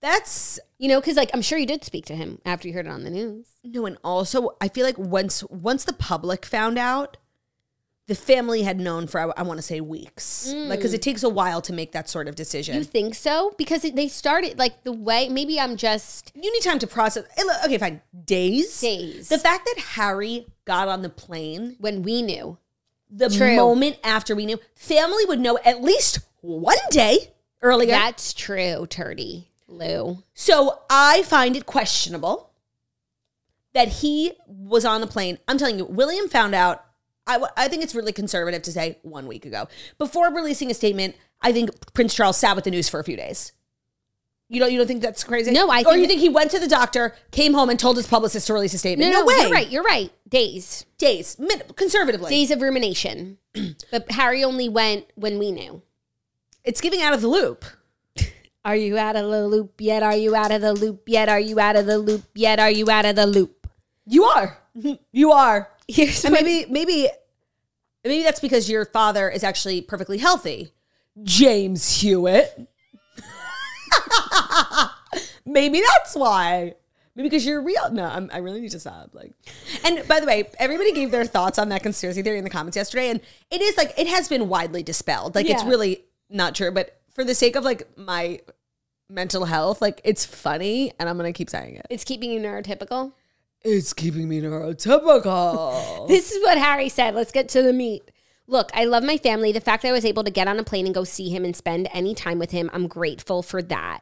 A: That's
B: you know, because like I'm sure you did speak to him after you heard it on the news.
A: no, and also I feel like once once the public found out, the family had known for I, want to say weeks, like because it takes a while to make that sort of decision.
B: You think so? Because it, they started like the way. Maybe I'm just
A: you need time to process. eh, look, Okay, fine. Days.
B: Days.
A: The fact that Harry got on the plane
B: when we knew.
A: the
B: True.
A: moment after we knew, family would know at least one day earlier.
B: That's true, Turdy Lou.
A: so I find it questionable that he was on the plane. I'm telling you, William found out. I, w- I think it's really conservative to say one week ago. Before releasing a statement, I think Prince Charles sat with the news for a few days. You don't you don't think that's crazy?
B: No, I
A: or
B: think-
A: you think he went to the doctor, came home, and told his publicist to release a statement? No, way.
B: You're right. You're right. Days.
A: Days, min- conservatively.
B: Days of rumination. [CLEARS THROAT] but Harry only went when we knew.
A: It's giving out of the loop.
B: Are you out of the loop yet? Are you out of the loop yet? Are you out of the loop yet? Are you out of the [LAUGHS] loop?
A: You are. [LAUGHS] You are.
B: Here's
A: And maybe maybe maybe that's because your father is actually perfectly healthy. James Hewitt. maybe that's why. Maybe because you're real. No, I'm, I really need to stop. Like, and by the way, everybody gave their thoughts on that conspiracy theory in the comments yesterday, and it is like it has been widely dispelled. Like, it's
B: Yeah.
A: really not true. But for the sake of like my mental health, like it's funny, and I'm gonna keep saying it.
B: it's keeping you neurotypical.
A: It's keeping me neurotypical.
B: [LAUGHS] This is what Harry said. Let's get to the meat. Look, I love my family. The fact that I was able to get on a plane and go see him and spend any time with him, I'm grateful for that.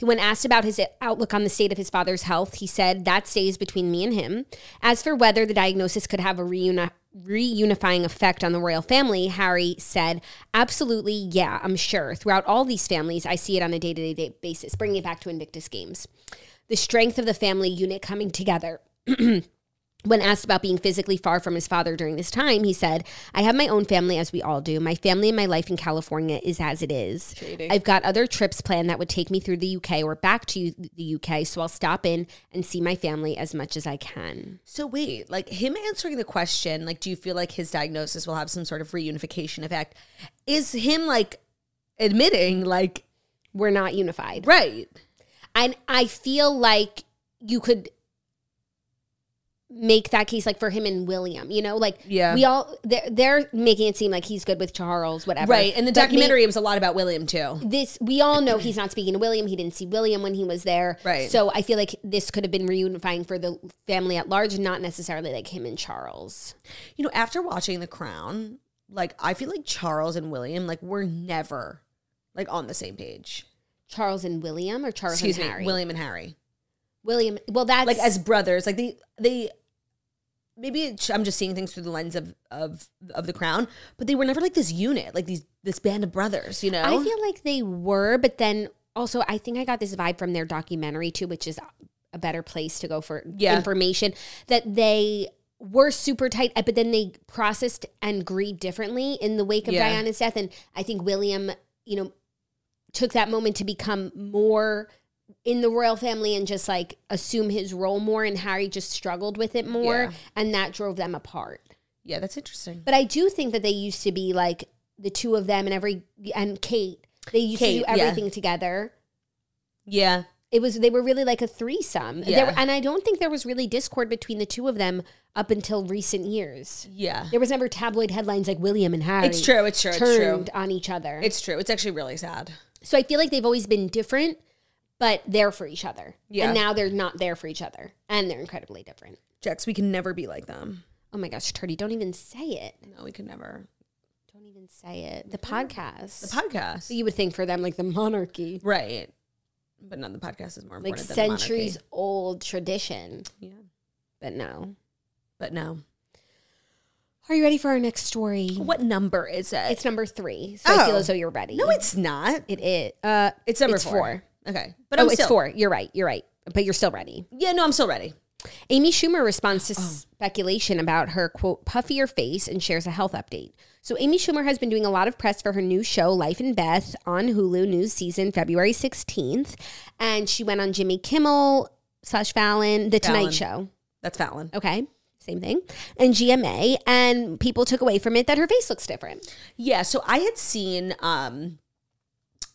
B: When asked about his outlook on the state of his father's health, he said, That stays between me and him. As for whether the diagnosis could have a reuni- reunifying effect on the royal family, Harry said, Absolutely, yeah, I'm sure. Throughout all these families, I see it on a day to day basis, bringing it back to Invictus Games. The strength of the family unit coming together. When asked about being physically far from his father during this time, he said, I have my own family, as we all do. My family and my life in California is as it is. I've got other trips planned that would take me through the UK or back to the UK, so I'll stop in and see my family as much as I can.
A: So wait, like him answering the question, like, do you feel like his diagnosis will have some sort of reunification effect? Is him like admitting, like,
B: We're not unified.
A: right?
B: And I feel like you could make that case like for him and William, you know, like
A: Yeah.
B: we all they're, they're making it seem like he's good with Charles, whatever.
A: Right. And the
B: But may-
A: documentary was a lot about William too.
B: this we all know he's not speaking to William. He didn't see William when he was there.
A: Right.
B: So I feel like this could have been reunifying for the family at large, not necessarily like him and Charles.
A: You know, after watching The Crown, like I feel like Charles and William, like, were never like on the same page.
B: Charles and William or Charles
A: Excuse
B: and
A: me,
B: Harry.
A: William and Harry.
B: William. Well, that's
A: like as brothers like they they maybe it's, i'm just seeing things through the lens of of of the crown but they were never like this unit like these this band of brothers you know
B: I feel like they were, but then also I think I got this vibe from their documentary too, which is a better place to go for
A: Yeah.
B: information that they were super tight, uh, but then they processed and grieved differently in the wake of
A: Yeah.
B: Diana's death. And I think William, you know, took that moment to become more in the royal family and just like assume his role more and Harry just struggled with it more
A: Yeah.
B: and that drove them apart.
A: Yeah, that's interesting.
B: But I do think that they used to be like the two of them and every and Kate. They used
A: Kate,
B: to do
A: yeah.
B: everything together.
A: Yeah.
B: It was they were really like a threesome. There
A: Yeah.
B: were- and I don't think there was really discord between the two of them up until recent years.
A: Yeah.
B: There was never tabloid headlines like William and Harry.
A: It's true. It's true. It's true.
B: Turned on each other.
A: It's true. It's actually really sad.
B: so I feel like they've always been different, but they're for each other.
A: Yeah.
B: And now they're not there for each other, and they're incredibly different.
A: Jax, we can never be like them.
B: Oh my gosh, Turdy, don't even say it.
A: No, we can never.
B: Don't even say it. The podcast.
A: The podcast.
B: you would think for them like the monarchy.
A: right. But not the podcast is more
B: like
A: important than the monarchy.
B: centuries old tradition.
A: Yeah.
B: But no.
A: But no.
B: Are you ready for our next story?
A: What number is it?
B: It's number three. So I feel
A: Oh.
B: as though you're ready.
A: no, it's not.
B: it is. Uh,
A: It's number
B: It's
A: four.
B: four.
A: Okay. But
B: oh,
A: I'm
B: it's
A: still,
B: four. You're right. You're right. But you're still ready.
A: Yeah, no, I'm still ready.
B: Amy Schumer responds
A: Oh.
B: to speculation about her quote puffier face and shares a health update. So Amy Schumer has been doing a lot of press for her new show Life and Beth on Hulu new season February 16th and she went on Jimmy Kimmel slash Fallon The Tonight
A: Fallon.
B: Show.
A: That's Fallon.
B: Okay. Same thing. And GMA. And people took away from it that her face looks different.
A: Yeah, so I had seen um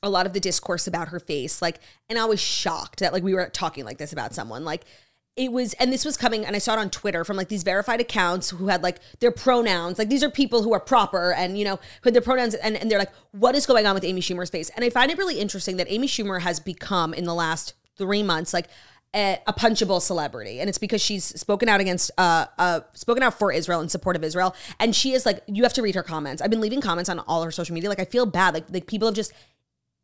A: a lot of the discourse about her face, like, and I was shocked that like we were talking like this about someone. Like it was and this was coming and I saw it on Twitter from like these verified accounts who had like their pronouns. Like these are people who are proper and you know, who had their pronouns and, and they're like, what is going on with Amy Schumer's face? And I find it really interesting that Amy Schumer has become in the last three months like a, a punchable celebrity, and it's because she's spoken out against, uh, uh, spoken out for Israel in support of Israel, and she is like, you have to read her comments. I've been leaving comments on all her social media. Like, I feel bad. Like, like people have just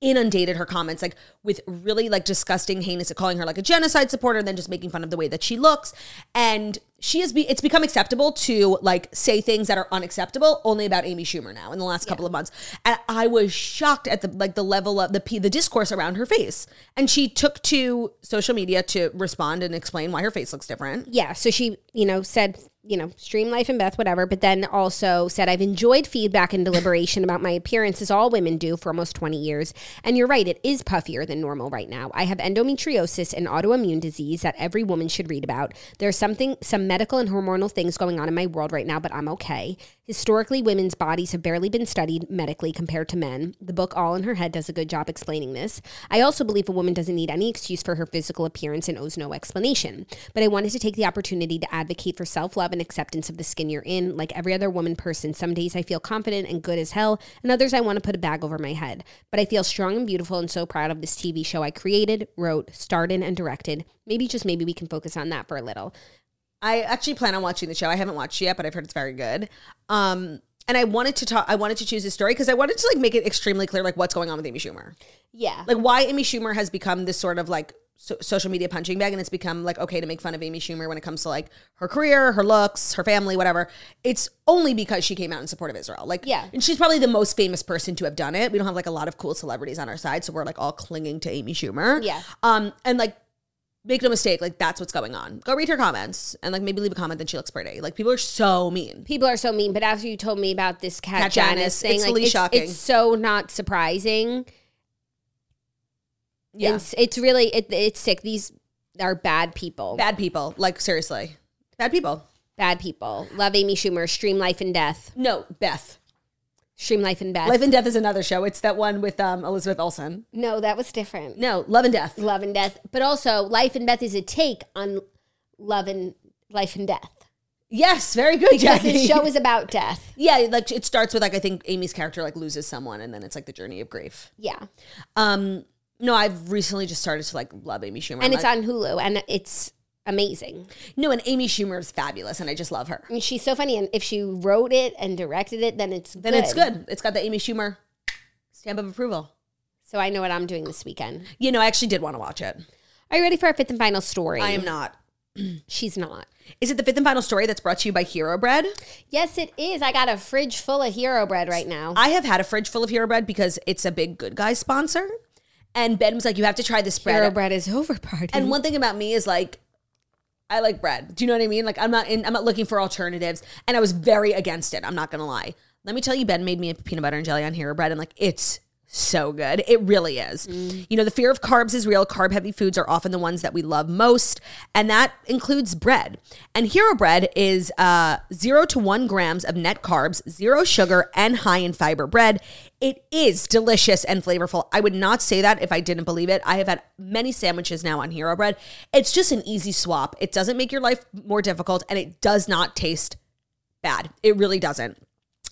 A: inundated her comments like with really like disgusting heinous calling her like a genocide supporter and then just making fun of the way that she looks and she has be it's become acceptable to like say things that are unacceptable only about Amy Schumer now in the last couple of months and I was shocked at the like the level of the p the discourse around her face and she took to social media to respond and explain why her face looks different
B: Yeah. So she, you know, said, you know, stream life and Beth, whatever, but then also said, I've enjoyed feedback and deliberation about my appearance as all women do for almost 20 years. And you're right, it is puffier than normal right now. I have endometriosis and autoimmune disease that every woman should read about. There's something, some medical and hormonal things going on in my world right now, but I'm okay. Historically, women's bodies have barely been studied medically compared to men. The book All in Her Head does a good job explaining this. I also believe a woman doesn't need any excuse for her physical appearance and owes no explanation. But I wanted to take the opportunity to advocate for self love and acceptance of the skin you're in. Like every other woman person, some days I feel confident and good as hell, and others I want to put a bag over my head. But I feel strong and beautiful and so proud of this TV show I created, wrote, starred in, and directed. Maybe just maybe we can focus on that for a little.
A: I actually plan on watching the show. I haven't watched it yet, but I've heard it's very good. Um, and I wanted to talk. I wanted to choose this story because I wanted to like make it extremely clear, like what's going on with Amy Schumer,
B: Yeah.
A: like why Amy Schumer has become this sort of like so- social media punching bag, and it's become like okay to make fun of Amy Schumer when it comes to like her career, her looks, her family, whatever. It's only because she came out in support of Israel. Like,
B: Yeah.
A: and she's probably the most famous person to have done it. We don't have like a lot of cool celebrities on our side, so we're like all clinging to Amy Schumer.
B: Yeah.
A: Um, and like make no mistake, like that's what's going on. Go read her comments and like maybe leave a comment that she looks pretty. Like people are so mean.
B: People are so mean, but after you told me about this Cat,
A: Kat
B: Janice,
A: Janice,
B: thing,
A: it's
B: like,
A: the least
B: it's,
A: shocking.
B: it's so not surprising.
A: Yeah.
B: It's, it's really it, it's sick. These are bad people. Bad,
A: Bad people. Like seriously. Bad people.
B: people. Love Amy Schumer. Stream Life and Death.
A: No, Beth.
B: Stream Life and Death.
A: Life and Death is another show. It's that one with um, Elizabeth Olsen.
B: no, that was different.
A: No, Love and Death.
B: Love and Death, but also Life and Death is a take on Love and Life and Death.
A: Yes, very good,
B: Because
A: Jackie. [LAUGHS]
B: the show is about death.
A: yeah, like it starts with like I think Amy's character like loses someone and then it's like the journey of grief.
B: Yeah,
A: Um no, I've recently just started to like love Amy Schumer.
B: and it's
A: like,
B: on Hulu, and it's amazing.
A: no, and Amy Schumer is fabulous, and I just love her.
B: I mean, she's so funny, and if she wrote it and directed it, then it's
A: Then it's good. It's got the Amy Schumer stamp of approval.
B: So I know what I'm doing this weekend.
A: You know, I actually did want to watch it.
B: Are you ready for our fifth and final story?
A: I am not.
B: She's not.
A: Is it the fifth and final story that's brought to you by Hero Bread?
B: Yes, it is. I got a fridge full of hero bread right now.
A: I have had a fridge full of Hero Bread because it's a big good guy sponsor. And Ben was like, you have to try this bread.
B: Hero bread is over party.
A: And one thing about me is like, I like bread. Do you know what I mean? Like I'm not in, I'm not looking for alternatives. And I was very against it. I'm not gonna lie. Let me tell you, Ben made me a peanut butter and jelly on Hero Bread, and like it's so good. It really is. You know, the fear of carbs is real. Carb heavy foods are often the ones that we love most, and that includes bread. And hero bread is uh, zero to one grams of net carbs, zero sugar, and high in fiber bread. It is delicious and flavorful. I would not say that if I didn't believe it. I have had many sandwiches now on hero bread. It's just an easy swap. It doesn't make your life more difficult, and it does not taste bad. It really doesn't.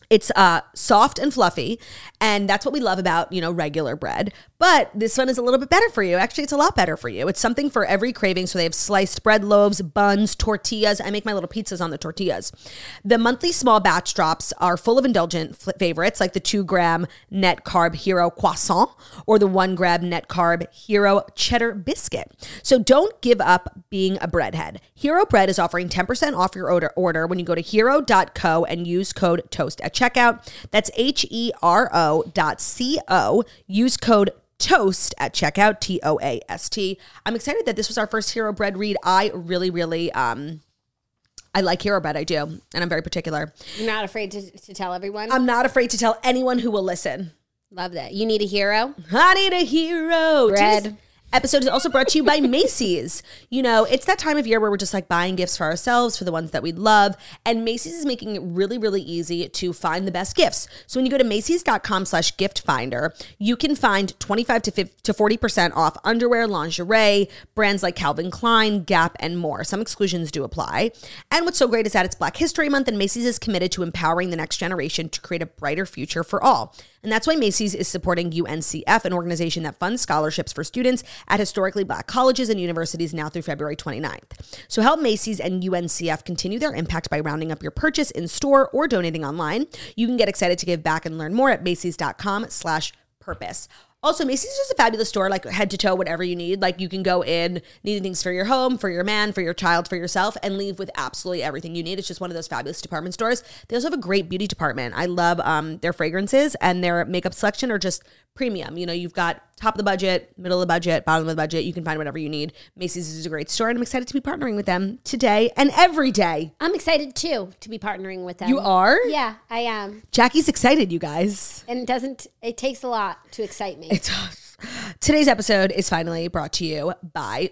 A: It's uh, soft and fluffy, and that's what we love about you know regular bread. But this one is a little bit better for you. Actually, it's a lot better for you. It's something for every craving. So they have sliced bread loaves, buns, tortillas. I make my little pizzas on the tortillas. The monthly small batch drops are full of indulgent f- favorites like the two gram net carb hero croissant or the one gram net carb hero cheddar biscuit. So don't give up being a breadhead. Hero Bread is offering 10% off your order, order when you go to hero.co and use code TOAST at checkout. That's H E R O dot C O. Use code TOAST at checkout, T O A S T. I'm excited that this was our first Hero Bread read. I really, really, um, I like Hero Bread. I do. And I'm very particular.
B: You're not afraid to, to tell everyone.
A: I'm not afraid to tell anyone who will listen.
B: Love that. You need a hero.
A: I need a hero.
B: Bread.
A: Today's episode is also brought to you by Macy's. You know, it's that time of year where we're just like buying gifts for ourselves, for the ones that we love. And Macy's is making it really, really easy to find the best gifts. So when you go to Macy's.com slash gift finder, you can find 25 to 50 to 40% off underwear, lingerie, brands like Calvin Klein, Gap, and more. Some exclusions do apply. And what's so great is that it's Black History Month and Macy's is committed to empowering the next generation to create a brighter future for all. And that's why Macy's is supporting UNCF, an organization that funds scholarships for students at historically black colleges and universities now through February 29th. So help Macy's and UNCF continue their impact by rounding up your purchase in store or donating online. You can get excited to give back and learn more at macy's.com slash purpose. Also, Macy's is just a fabulous store, like head to toe, whatever you need. Like you can go in needing things for your home, for your man, for your child, for yourself, and leave with absolutely everything you need. It's just one of those fabulous department stores. They also have a great beauty department. I love um, their fragrances and their makeup selection are just premium. You know, you've got top of the budget, middle of the budget, bottom of the budget. You can find whatever you need. Macy's is a great store, and I'm excited to be partnering with them today and every day.
B: I'm excited too to be partnering with them.
A: You are?
B: Yeah, I am.
A: Jackie's excited, you guys.
B: And it doesn't it takes a lot to excite me.
A: It's- [LAUGHS] Today's episode is finally brought to you by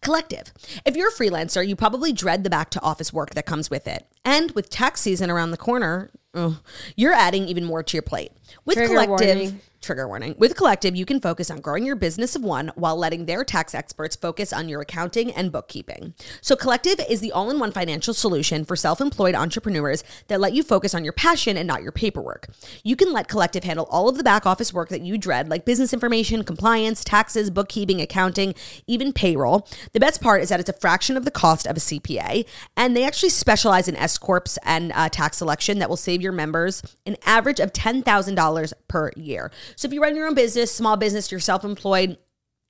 A: Collective. If you're a freelancer, you probably dread the back to office work that comes with it. And with tax season around the corner, oh, you're adding even more to your plate. With
B: Trigger
A: Collective,
B: warning.
A: trigger warning. With Collective, you can focus on growing your business of one while letting their tax experts focus on your accounting and bookkeeping. So, Collective is the all in one financial solution for self employed entrepreneurs that let you focus on your passion and not your paperwork. You can let Collective handle all of the back office work that you dread, like business information, compliance, taxes, bookkeeping, accounting, even payroll. The best part is that it's a fraction of the cost of a CPA, and they actually specialize in S corps and uh, tax selection that will save your members an average of ten thousand dollars per year. So if you run your own business, small business, you're self employed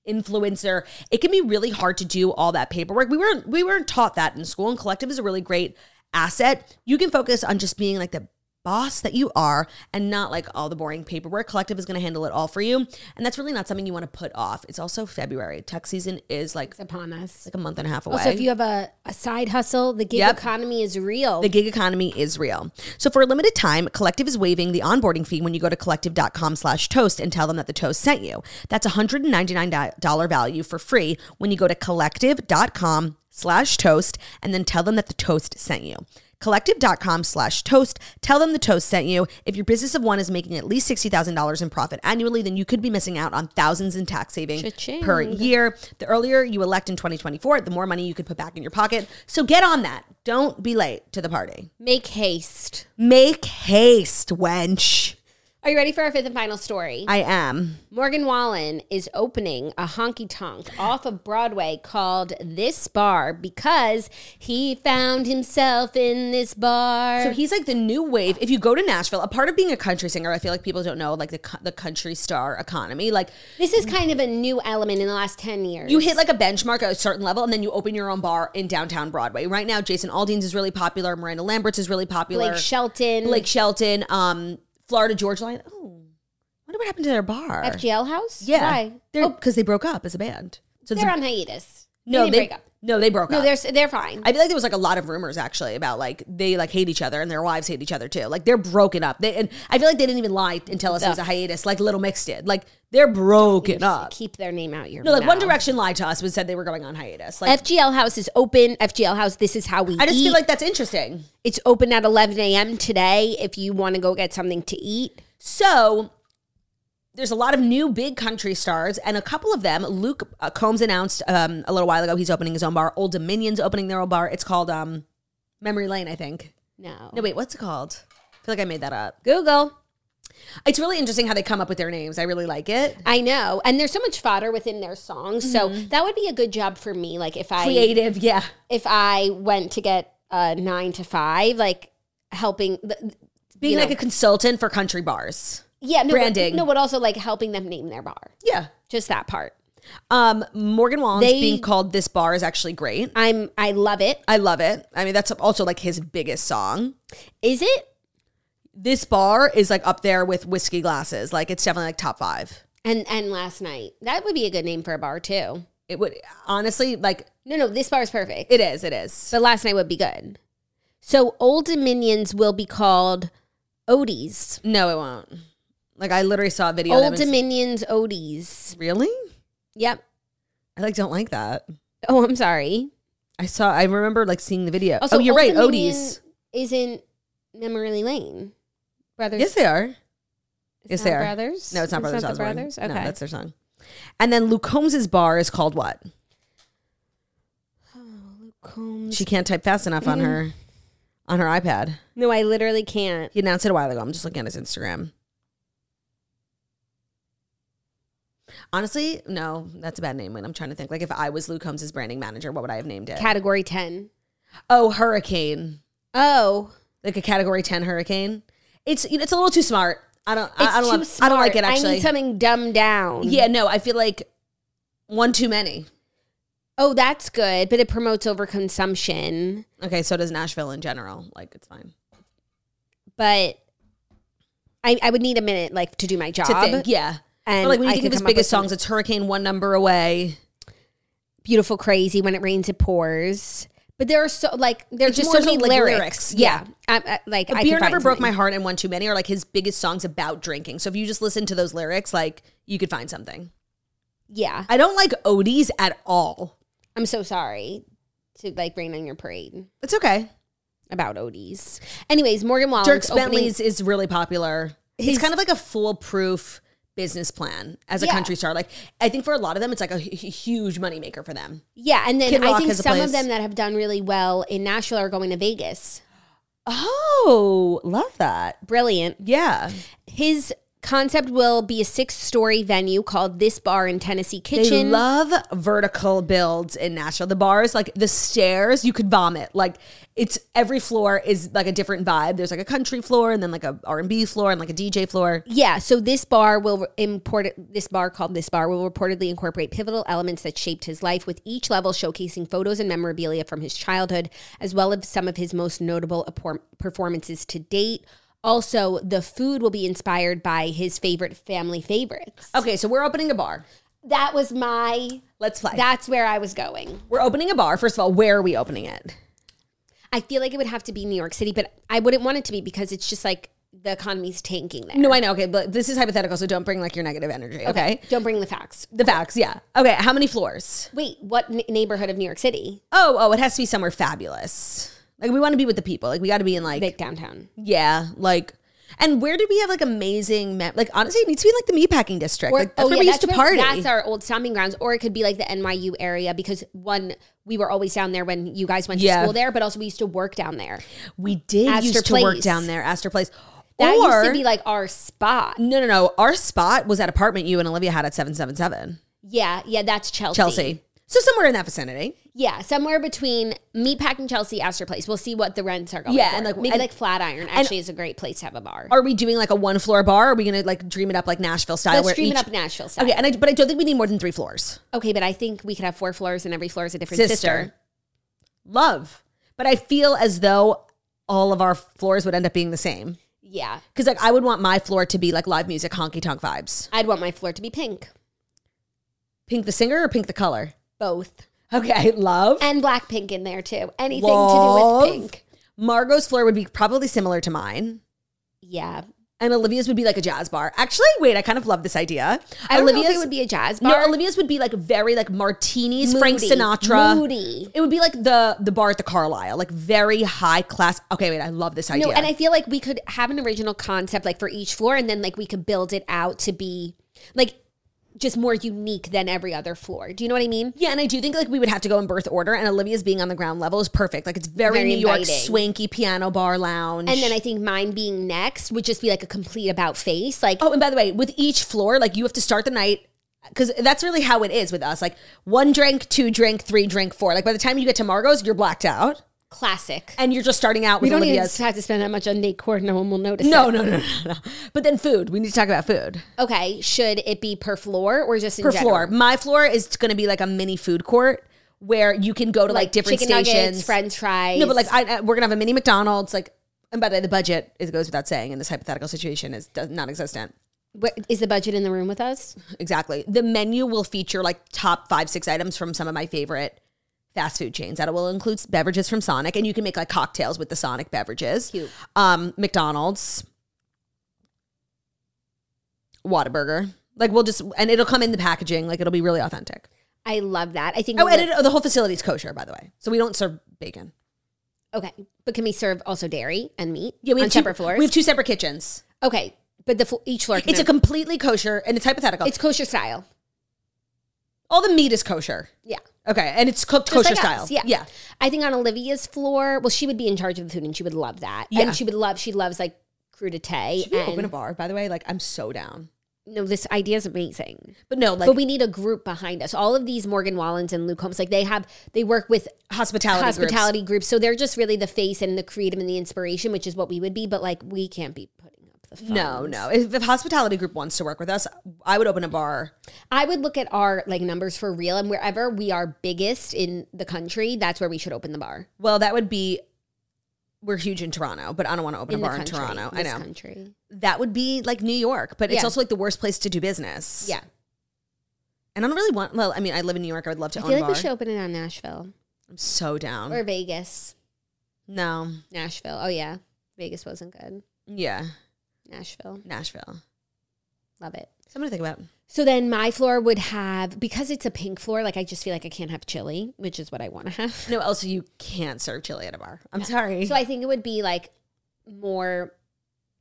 A: influencer it can be really hard to do all that paperwork we weren't we weren't taught that in school and collective is a really great asset you can focus on just being like the boss that you are and not like all the boring paperwork collective is going to handle it all for you and that's really not something you want to put off it's also february tax season is like
B: It's upon us.
A: like a month and a half away
B: So if you have a, a side hustle, the gig
A: Yep.
B: economy is real.
A: The gig economy is real. So for a limited time, Collective is waiving the onboarding fee when you go to collective.com slash toast and tell them that the toast sent you. That's $199 value for free when you go to collective.com slash toast and then tell them that the toast sent you. Collective.com slash toast. Tell them the toast sent you. If your business of one is making at least $60,000 in profit annually, then you could be missing out on thousands in tax savings
B: Cha-ching.
A: per year. The earlier you elect in 2024, the more money you could put back in your pocket. So get on that. Don't be late to the party.
B: Make haste.
A: Make haste, wench.
B: Are you ready for our fifth and final story?
A: I am.
B: Morgan Wallen is opening a honky tonk off of Broadway called This Bar because he found himself in this bar.
A: So he's like the new wave. If you go to Nashville, a part of being a country singer, I feel like people don't know like the co- the country star economy. Like
B: this is kind of a new element in the last 10 years.
A: you hit like a benchmark at a certain level, and then you open your own bar in downtown Broadway. Right now, Jason Aldean's is really popular. Miranda Lambert's is really popular.
B: Blake Shelton,
A: Blake Shelton, um, Florida Georgia Line. Oh, wonder what happened to their bar?
B: FGL House?
A: Yeah,
B: Why? Oh.
A: because they broke up as a band. So it's
B: They're
A: a-
B: on hiatus.
A: no,
B: didn't
A: they
B: break up.
A: No, they broke
B: No,
A: up.
B: they're s- they're fine.
A: I feel like there was like a lot of rumors actually about like they like hate each other and their wives hate each other too. Like they're broken up. They and I feel like they didn't even lie and tell us it was a hiatus, like Little Mix did. Like they're broken up.
B: Keep their name out your
A: No, like One
B: mouth.
A: Direction lied to us and said they were going on hiatus. Like
B: FGL House is open. FGL House, this is how we
A: I just
B: eat.
A: feel like that's interesting.
B: it's open at 11 a.m. today if you want to go get something to eat.
A: So there's a lot of new big country stars, and a couple of them. Luke uh, Combs announced um, a little while ago he's opening his own bar. Old Dominion's opening their own bar. It's called um, Memory Lane, I think.
B: No.
A: No, wait, what's it called? I feel like I made that up.
B: Google.
A: It's really interesting how they come up with their names. I really like it.
B: I know. And there's so much fodder within their songs. So that would be a good job for me. Like if I
A: Creative, yeah.
B: if I went to get a nine to five, like helping the,
A: Being
B: you
A: like
B: know.
A: a consultant for country bars.
B: yeah, no, but-
A: Branding.
B: No, but also like helping them name their bar.
A: Yeah.
B: Just that part.
A: Um, Morgan Wallen's
B: They-
A: being called This Bar is actually great.
B: I'm I love it.
A: I love it. I mean, that's also like his biggest song.
B: Is it?
A: This bar is like up there with whiskey glasses. Like it's definitely like top five.
B: And and last night. That would be a good name for a bar too.
A: It would honestly like
B: No, no, this bar is perfect.
A: it is. It is.
B: But last night would be good. So Old Dominions will be called Odie's.
A: No, it won't. Like I literally saw a video. of them
B: Old
A: and-
B: Dominions Odie's.
A: really?
B: Yep.
A: I like don't like that.
B: Oh, I'm sorry.
A: I saw. I remember like seeing the video. oh, you're
B: Old
A: right.
B: Dominion
A: Odie's.
B: isn't Memory Lane. Brothers.
A: Yes, they are.
B: It's
A: Yes,
B: not
A: they are.
B: Brothers.
A: No, it's not Brothers
B: the
A: Osborne.
B: Brothers.
A: No,
B: Okay.
A: that's their song. And then Luke Combs' bar is called what?
B: oh, Luke Combs.
A: She can't type fast enough on
B: Mm-hmm.
A: her on her iPad.
B: no, I literally can't.
A: He announced it a while ago. I'm just looking at his Instagram. Honestly, no, that's a bad name. Wait, I'm trying to think. Like if I was Luke Combs' branding manager, what would I have named it?
B: Category ten.
A: oh, Hurricane.
B: Oh,
A: Like a category 10 hurricane. It's you know, it's a little too smart. I don't
B: it's
A: I, I don't
B: too
A: love- I
B: smart.
A: don't like it actually. Mm-hmm.
B: I need something dumbed down.
A: yeah, no, I feel like one too many.
B: Oh, that's good, but it promotes overconsumption.
A: Okay, so does Nashville in general. Like it's fine.
B: But I, I would need a minute, like, to do my job.
A: to think. Yeah.
B: And
A: But like when you
B: I
A: think of
B: could
A: his
B: come up with
A: biggest
B: some-
A: songs, it's Hurricane One Number Away.
B: beautiful crazy when it rains it pours but there are so like there's
A: It's
B: just
A: more
B: so many
A: so, like,
B: lyrics.
A: lyrics,
B: yeah, I, I, like I
A: Beer
B: could find
A: Never Broke
B: something.
A: My Heart and One Too Many are like his biggest songs about drinking. So if you just listen to those lyrics, like you could find something.
B: yeah
A: I don't like Odie's at all.
B: i'm so sorry to like rain on your parade
A: It's okay.
B: about odie's anyways morgan wallen
A: Dirk Bentley's is really popular. He's
B: His-
A: kind of like a foolproof business plan as a
B: Yeah.
A: country star. Like I think for a lot of them, it's like a hu- huge moneymaker for them.
B: yeah and then
A: Kid
B: i
A: Rock
B: think
A: has a
B: some
A: place.
B: of them that have done really well in nashville are going to vegas
A: Oh, love that.
B: brilliant
A: Yeah.
B: his concept will be a six story venue called this bar in tennessee
A: They
B: kitchen
A: love vertical builds in Nashville. The bars, like the stairs, you could vomit. Like it's every floor is like a different vibe. There's like a country floor, and then like a R and B floor, and like a DJ floor.
B: Yeah, so this bar will import this bar called this bar will reportedly incorporate pivotal elements that shaped his life with each level showcasing photos and memorabilia from his childhood as well as some of his most notable apor- performances to date. Also, the food will be inspired by his favorite family favorites.
A: Okay, so we're opening a bar.
B: That was my
A: Let's play.
B: that's where I was going.
A: we're opening a bar. First of all, where are we opening it?
B: I feel like it would have to be New York City, but I wouldn't want it to be because it's just like the economy's tanking there.
A: No, I know. Okay, but this is hypothetical, so don't bring like your negative energy. Okay.
B: Don't bring the facts.
A: The facts, yeah. Okay, how many floors?
B: Wait, what n- neighborhood of New York City?
A: Oh, oh, it has to be somewhere fabulous. Like we want to be with the people. Like we got to be in like
B: Big downtown.
A: Yeah, like, and where did we have like amazing? Me- like, honestly, it needs to be like the meatpacking district.
B: Or- oh,
A: like, that's where we used to
B: that's
A: party.
B: where- That's our old stomping grounds. Or it could be like the NYU area because one, we were always down there when you guys went to
A: Yeah.
B: school there, but also we used to work down there.
A: we did
B: Astor
A: used to work
B: Place.
A: down there, Astor Place.
B: That
A: or
B: used to be like our spot.
A: no, no, no. Our spot was that apartment you and Olivia had at seven seven seven
B: Yeah, yeah, that's Chelsea.
A: Chelsea. So somewhere in that vicinity.
B: Yeah, somewhere between Meatpacking Chelsea, Astor Place. We'll see what the rents are going
A: Yeah,
B: for.
A: and, like,
B: maybe
A: and-
B: like Flatiron actually is a great place to have a bar.
A: Are we doing like a one floor bar? Are we gonna like dream it up like Nashville style?
B: Let's
A: where
B: dream it
A: each-
B: up Nashville style.
A: Okay,
B: Okay.
A: and I, but I don't think we need more than three floors.
B: but I think we could have four floors and every floor is a different
A: sister.
B: sister.
A: Love. But I feel as though all of our floors would end up being the same.
B: Yeah,
A: Because like I would want my floor to be like live music, honky tonk vibes.
B: I'd want my floor to be pink.
A: Pink the singer or Pink the color?
B: Both.
A: Okay, [LAUGHS] love.
B: and Blackpink in there too. Anything
A: Love.
B: to do with pink.
A: Margot's floor would be probably similar to mine.
B: Yeah.
A: And Olivia's would be like a jazz bar. Actually, wait, I kind of love this idea.
B: I don't know if
A: Olivia's
B: it would be a jazz
A: no,
B: bar.
A: Olivia's would be like very like martinis,
B: Moody.
A: Frank Sinatra.
B: Moody.
A: It would be like the the bar at the Carlisle, like very high class. Okay, wait, I love this idea.
B: No, and I feel like we could have an original concept like for each floor and then like we could build it out to be like just more unique than every other floor. Do you know what I mean?
A: yeah, and I do think like we would have to go in birth order, and Olivia's being on the ground level is perfect. Like it's very,
B: Very
A: New York,
B: inviting.
A: swanky piano bar lounge.
B: And then I think mine being next would just be like a complete about face. Like
A: Oh, and by the way, with each floor, like you have to start the night because that's really how it is with us. Like one drink, two drink, three drink, four. Like by the time you get to Margot's, you're blacked out
B: classic.
A: and you're just starting out
B: We
A: with
B: don't even
A: Olivia's.
B: have to spend that much on Nate Cord. No one will notice. it.
A: no, no, no, no, no. But then food. We need to talk about food
B: Okay. Should it be per floor or just in
A: per
B: general?
A: floor. My floor is going to be like a mini food court where you can go to like, different
B: chicken
A: stations.
B: nuggets, French fries.
A: no, but like I, I- we're gonna have a mini McDonald's. Like, and by the way, the budget is goes without saying in this hypothetical situation is does- non-existent.
B: What- is the budget in the room with us?
A: Exactly. The menu will feature like top five, six items from some of my favorite fast food chains. That will include beverages from Sonic, and you can make like cocktails with the Sonic beverages.
B: Cute.
A: Um, McDonald's, Whataburger. Like we'll just and it'll come in the packaging. Like it'll be really authentic.
B: I love that. I think.
A: Oh,
B: we
A: and it, the whole facility is kosher, by the way. So we don't serve bacon.
B: okay, but can we serve also dairy and meat?
A: Yeah, we have
B: on
A: two,
B: separate floors.
A: We have two separate kitchens.
B: okay, but the fl- each floor. Can
A: It's a completely kosher, and it's hypothetical.
B: it's kosher style.
A: all the meat is kosher.
B: Yeah.
A: Okay, and it's cooked
B: Just
A: kosher
B: like
A: style.
B: us, Yeah.
A: yeah.
B: I think on Olivia's floor, well, she would be in charge of the food and she would love that.
A: Yeah.
B: And she would love, she loves like crudité.
A: Should we open
B: and-
A: a bar? By the way, like I'm so down.
B: no, this idea is amazing.
A: But no, like
B: but we need a group behind us. All of these Morgan Wallens and Luke Holmes, like they have, they work with
A: hospitality. Groups.
B: hospitality groups. So they're just really the face and the creative and the inspiration, which is what we would be. But like, we can't be putting up the funds.
A: No, no. If, if hospitality group wants to work with us, I would open a bar.
B: I would look at our like numbers for real, and wherever we are biggest in the country, that's where we should open the bar.
A: Well, that would be. We're huge in Toronto, but I don't want to open a
B: In the
A: bar in
B: country,
A: Toronto. I
B: this
A: know
B: country.
A: that would be like New York, but it's
B: Yeah.
A: also like the worst place to do business.
B: Yeah,
A: and I don't really want. Well, I mean, I live in New York. I would love to
B: I
A: own
B: feel
A: a
B: like
A: bar. Um,
B: we should open it on Nashville
A: I'm so down.
B: or Vegas.
A: no,
B: Nashville. Oh yeah, Vegas wasn't good.
A: yeah,
B: Nashville,
A: Nashville.
B: love it.
A: Something to think about.
B: So then my floor would have because it's a pink floor. Like I just feel like I can't have chili, which is what I want to have.
A: No, also you can't serve chili at a bar. I'm sorry.
B: So I think it would be like more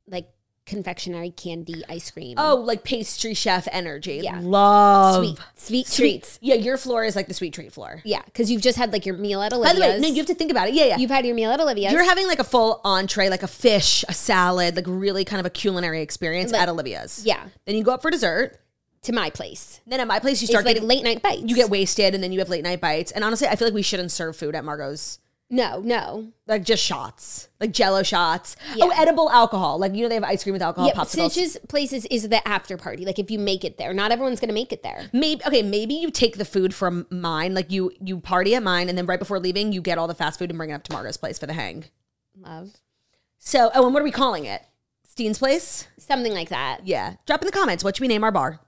B: like confectionery, candy, ice cream.
A: oh, like pastry chef energy.
B: Yeah.
A: Love
B: sweet, sweet, treats.
A: Yeah, your floor is like the sweet treat floor.
B: Yeah, because you've just had like your meal at
A: By
B: Olivia's.
A: the way, no, you have to think about it. Yeah,
B: [LAUGHS]
A: yeah.
B: have had your meal at Olivia's.
A: You're having like a full entree, like a fish, a salad, like really kind of a culinary experience
B: Like-
A: at Olivia's.
B: yeah,
A: Then you go up for dessert.
B: to my place.
A: Then at my place, you
B: It's
A: start
B: like
A: getting
B: late night bites.
A: you get wasted, and then you have late night bites. And honestly, I feel like we shouldn't serve food at Margot's.
B: no, no.
A: Like just shots, like Jello shots.
B: Yeah.
A: Oh, edible alcohol. Like you know they have ice cream with alcohol,
B: Yeah, but
A: popsicles.
B: Snitch's places is the after party. Like if you make it there, not everyone's gonna make it there.
A: maybe okay maybe you take the food from mine like you you party at mine and then right before leaving you get all the fast food and bring it up to margot's place for the hang
B: Love
A: so oh and what are we calling it steen's place
B: something like that.
A: yeah drop in the comments what should we name our bar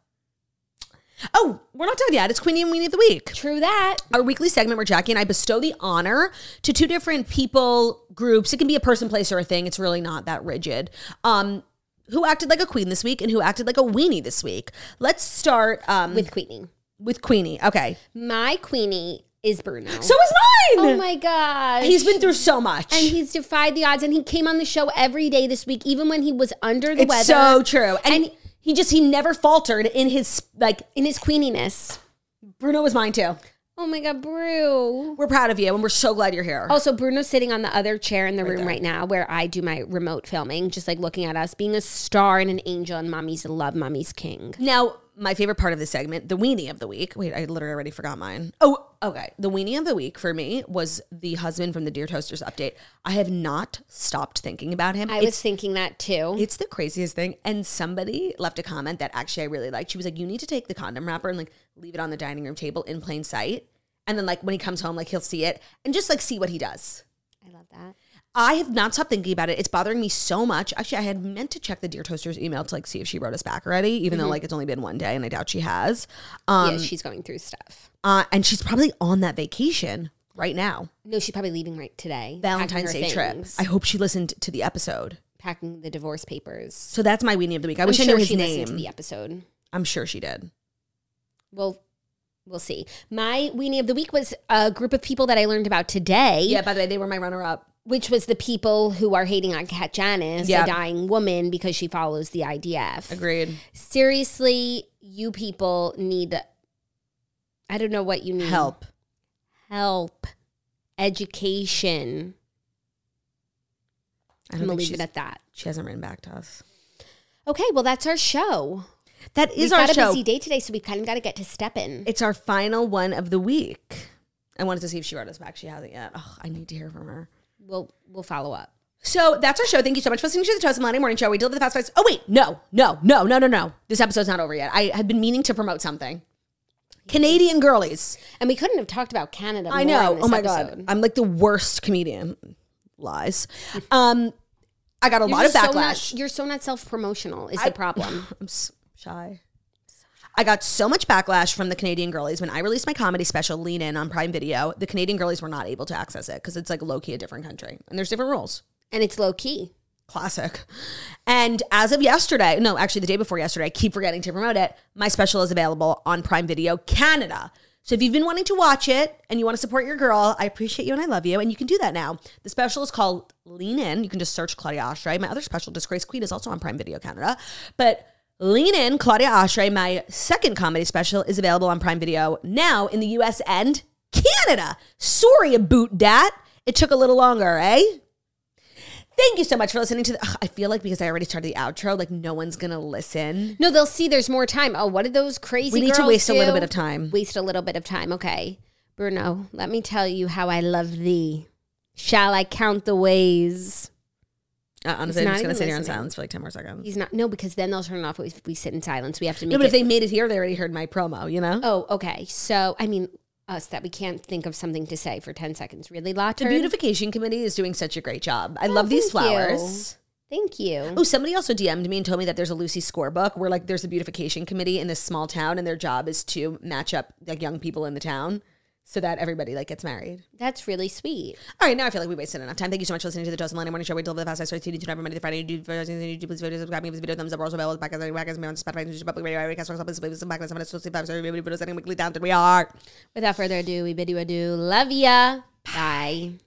A: oh we're not done yet it's queenie and weenie of the week
B: True that.
A: our weekly segment where jackie and i bestow the honor to two different people groups it can be a person place or a thing it's really not that rigid um who acted like a queen this week and who acted like a weenie this week let's start um with,
B: with Queenie.
A: with queenie okay
B: My Queenie is Bruno.
A: so is mine
B: oh my gosh.
A: He's been through so much.
B: and he's defied the odds and he came on the show every day this week, even when he was under the
A: it's
B: weather.
A: so true. And,
B: And-
A: he just he never faltered in his like
B: in his queeniness.
A: Bruno was mine too.
B: Oh my god, Bru.
A: We're proud of you and we're so glad you're here.
B: Also, Oh, Bruno's sitting on the other chair in the room right now where I do my remote filming, just like looking at us, being a star and an angel and mommy's love, mommy's king.
A: Now, my favorite part of this segment, the weenie of the week. Wait, I literally already forgot mine. Oh, okay. The weenie of the week for me was the husband from the Dear Toasters update. I have not stopped thinking about him.
B: I
A: It's-
B: was thinking that too.
A: It's the craziest thing. And somebody left a comment that actually I really liked. She was like, You need to take the condom wrapper and like leave it on the dining room table in plain sight. And then like when he comes home, like he'll see it and just like see what he does.
B: I love that.
A: I have not stopped thinking about it. It's bothering me so much. Actually, I had meant to check the Dear Toasters email to like see if she wrote us back already, even though like it's only been one day and I doubt she has. Um,
B: Mm-hmm. yeah, she's going through stuff.
A: uh, and she's probably on that vacation right now,
B: No, she's probably leaving right today.
A: Valentine's
B: packing
A: Day
B: her
A: trip.
B: things,
A: I hope she listened to the episode.
B: Packing the divorce papers.
A: So that's my weenie of the week. I
B: I'm
A: wish I
B: sure
A: knew his
B: she listened to
A: name.
B: the episode.
A: I'm sure she did.
B: Well, we'll see. My weenie of the week was a group of people that I learned about today,
A: Yeah. By the way, they were my runner-up.
B: which was the people who are hating on Kat Janice,
A: Yeah.
B: a dying woman, because she follows the IDF.
A: Agreed.
B: Seriously, you people need. I don't know what you need.
A: Help.
B: Help. Education.
A: I don't
B: I'm gonna
A: think
B: leave
A: she's-
B: it at that.
A: she hasn't written back to us.
B: Okay, well that's our show.
A: That is
B: we've
A: our
B: got a
A: show.
B: busy day today, so we've kind of got to get to step in.
A: It's our final one of the week. I wanted to see if she wrote us back. She hasn't yet. Oh, I need to hear from her.
B: We'll we'll follow up.
A: So that's our show. Thank you so much for listening to the Toast Millennium Morning Show. We deliver the fast facts. Oh wait, no, no, no, no, no, no. This episode's not over yet. I have been meaning to promote something. Canadian girlies.
B: And we couldn't have talked about Canada.
A: I
B: more
A: know.
B: on this
A: Oh my god,
B: episode.
A: I'm like the worst comedian. Lies. Um, I got a lot
B: You're
A: of backlash.
B: So not, you're so not self promotional. Is the problem?
A: I'm s- shy. I got so much backlash from the Canadian girlies when I released my comedy special Lean In on Prime Video. The Canadian girlies were not able to access it because it's like low key a different country and there's different rules.
B: and it's low key.
A: Classic. And as of yesterday, no, actually the day before yesterday, I keep forgetting to promote it. My special is available on Prime Video Canada. So if you've been wanting to watch it and you want to support your girl, I appreciate you and I love you. And you can do that now. The special is called Lean In. You can just search Claudia Ashray. My other special, Disgrace Queen, is also on Prime Video Canada. But Lean In, Claudia Ashray, my second comedy special, is available on Prime Video now in the US and Canada. Sorry about that. It took a little longer, eh? Thank you so much for listening to the. Ugh, I feel like because I already started the outro, like no one's gonna listen.
B: No, they'll see. There's more time. Oh, what did those crazy?
A: We need to
B: girls
A: waste a little
B: do?
A: bit of time.
B: Waste a little bit of time. Okay, Bruno. Let me tell you how I love thee. Shall I count the ways?
A: Uh, honestly, I'm
B: not
A: just gonna
B: even
A: sit here in
B: listening.
A: silence for like ten more seconds.
B: He's not. No, because then they'll turn it off if we sit in silence. We have to make
A: No, but
B: it
A: if they made it here, they already heard my promo. You know,
B: Oh, okay. So, I mean, us that we can't think of something to say for 10 seconds. Really, Lotter?
A: the beautification committee is doing such a great job. I love these
B: Oh, thank you.
A: flowers.
B: Thank you.
A: Oh, somebody also DM'd me and told me that there's a Lucy scorebook where like there's a beautification committee in this small town, and their job is to match up like young people in the town so that everybody like gets married.
B: That's really sweet.
A: All right, now I feel like we wasted enough time. Thank you so much for listening to the Toast Millennium Morning Show. We deliver the fast stories to you every Monday, through Friday. You do videos on YouTube. Please video subscribe. Give this video a thumbs up. We're also available back as any podcast. We're on Spotify, YouTube, Public Radio, Every Cast, Fox, Office, Please, Back, Seven, Six, Five, Seven, Baby, Videos, Any Weekly Down. We are.
B: Without further ado, we bid you adieu. Love ya. Bye.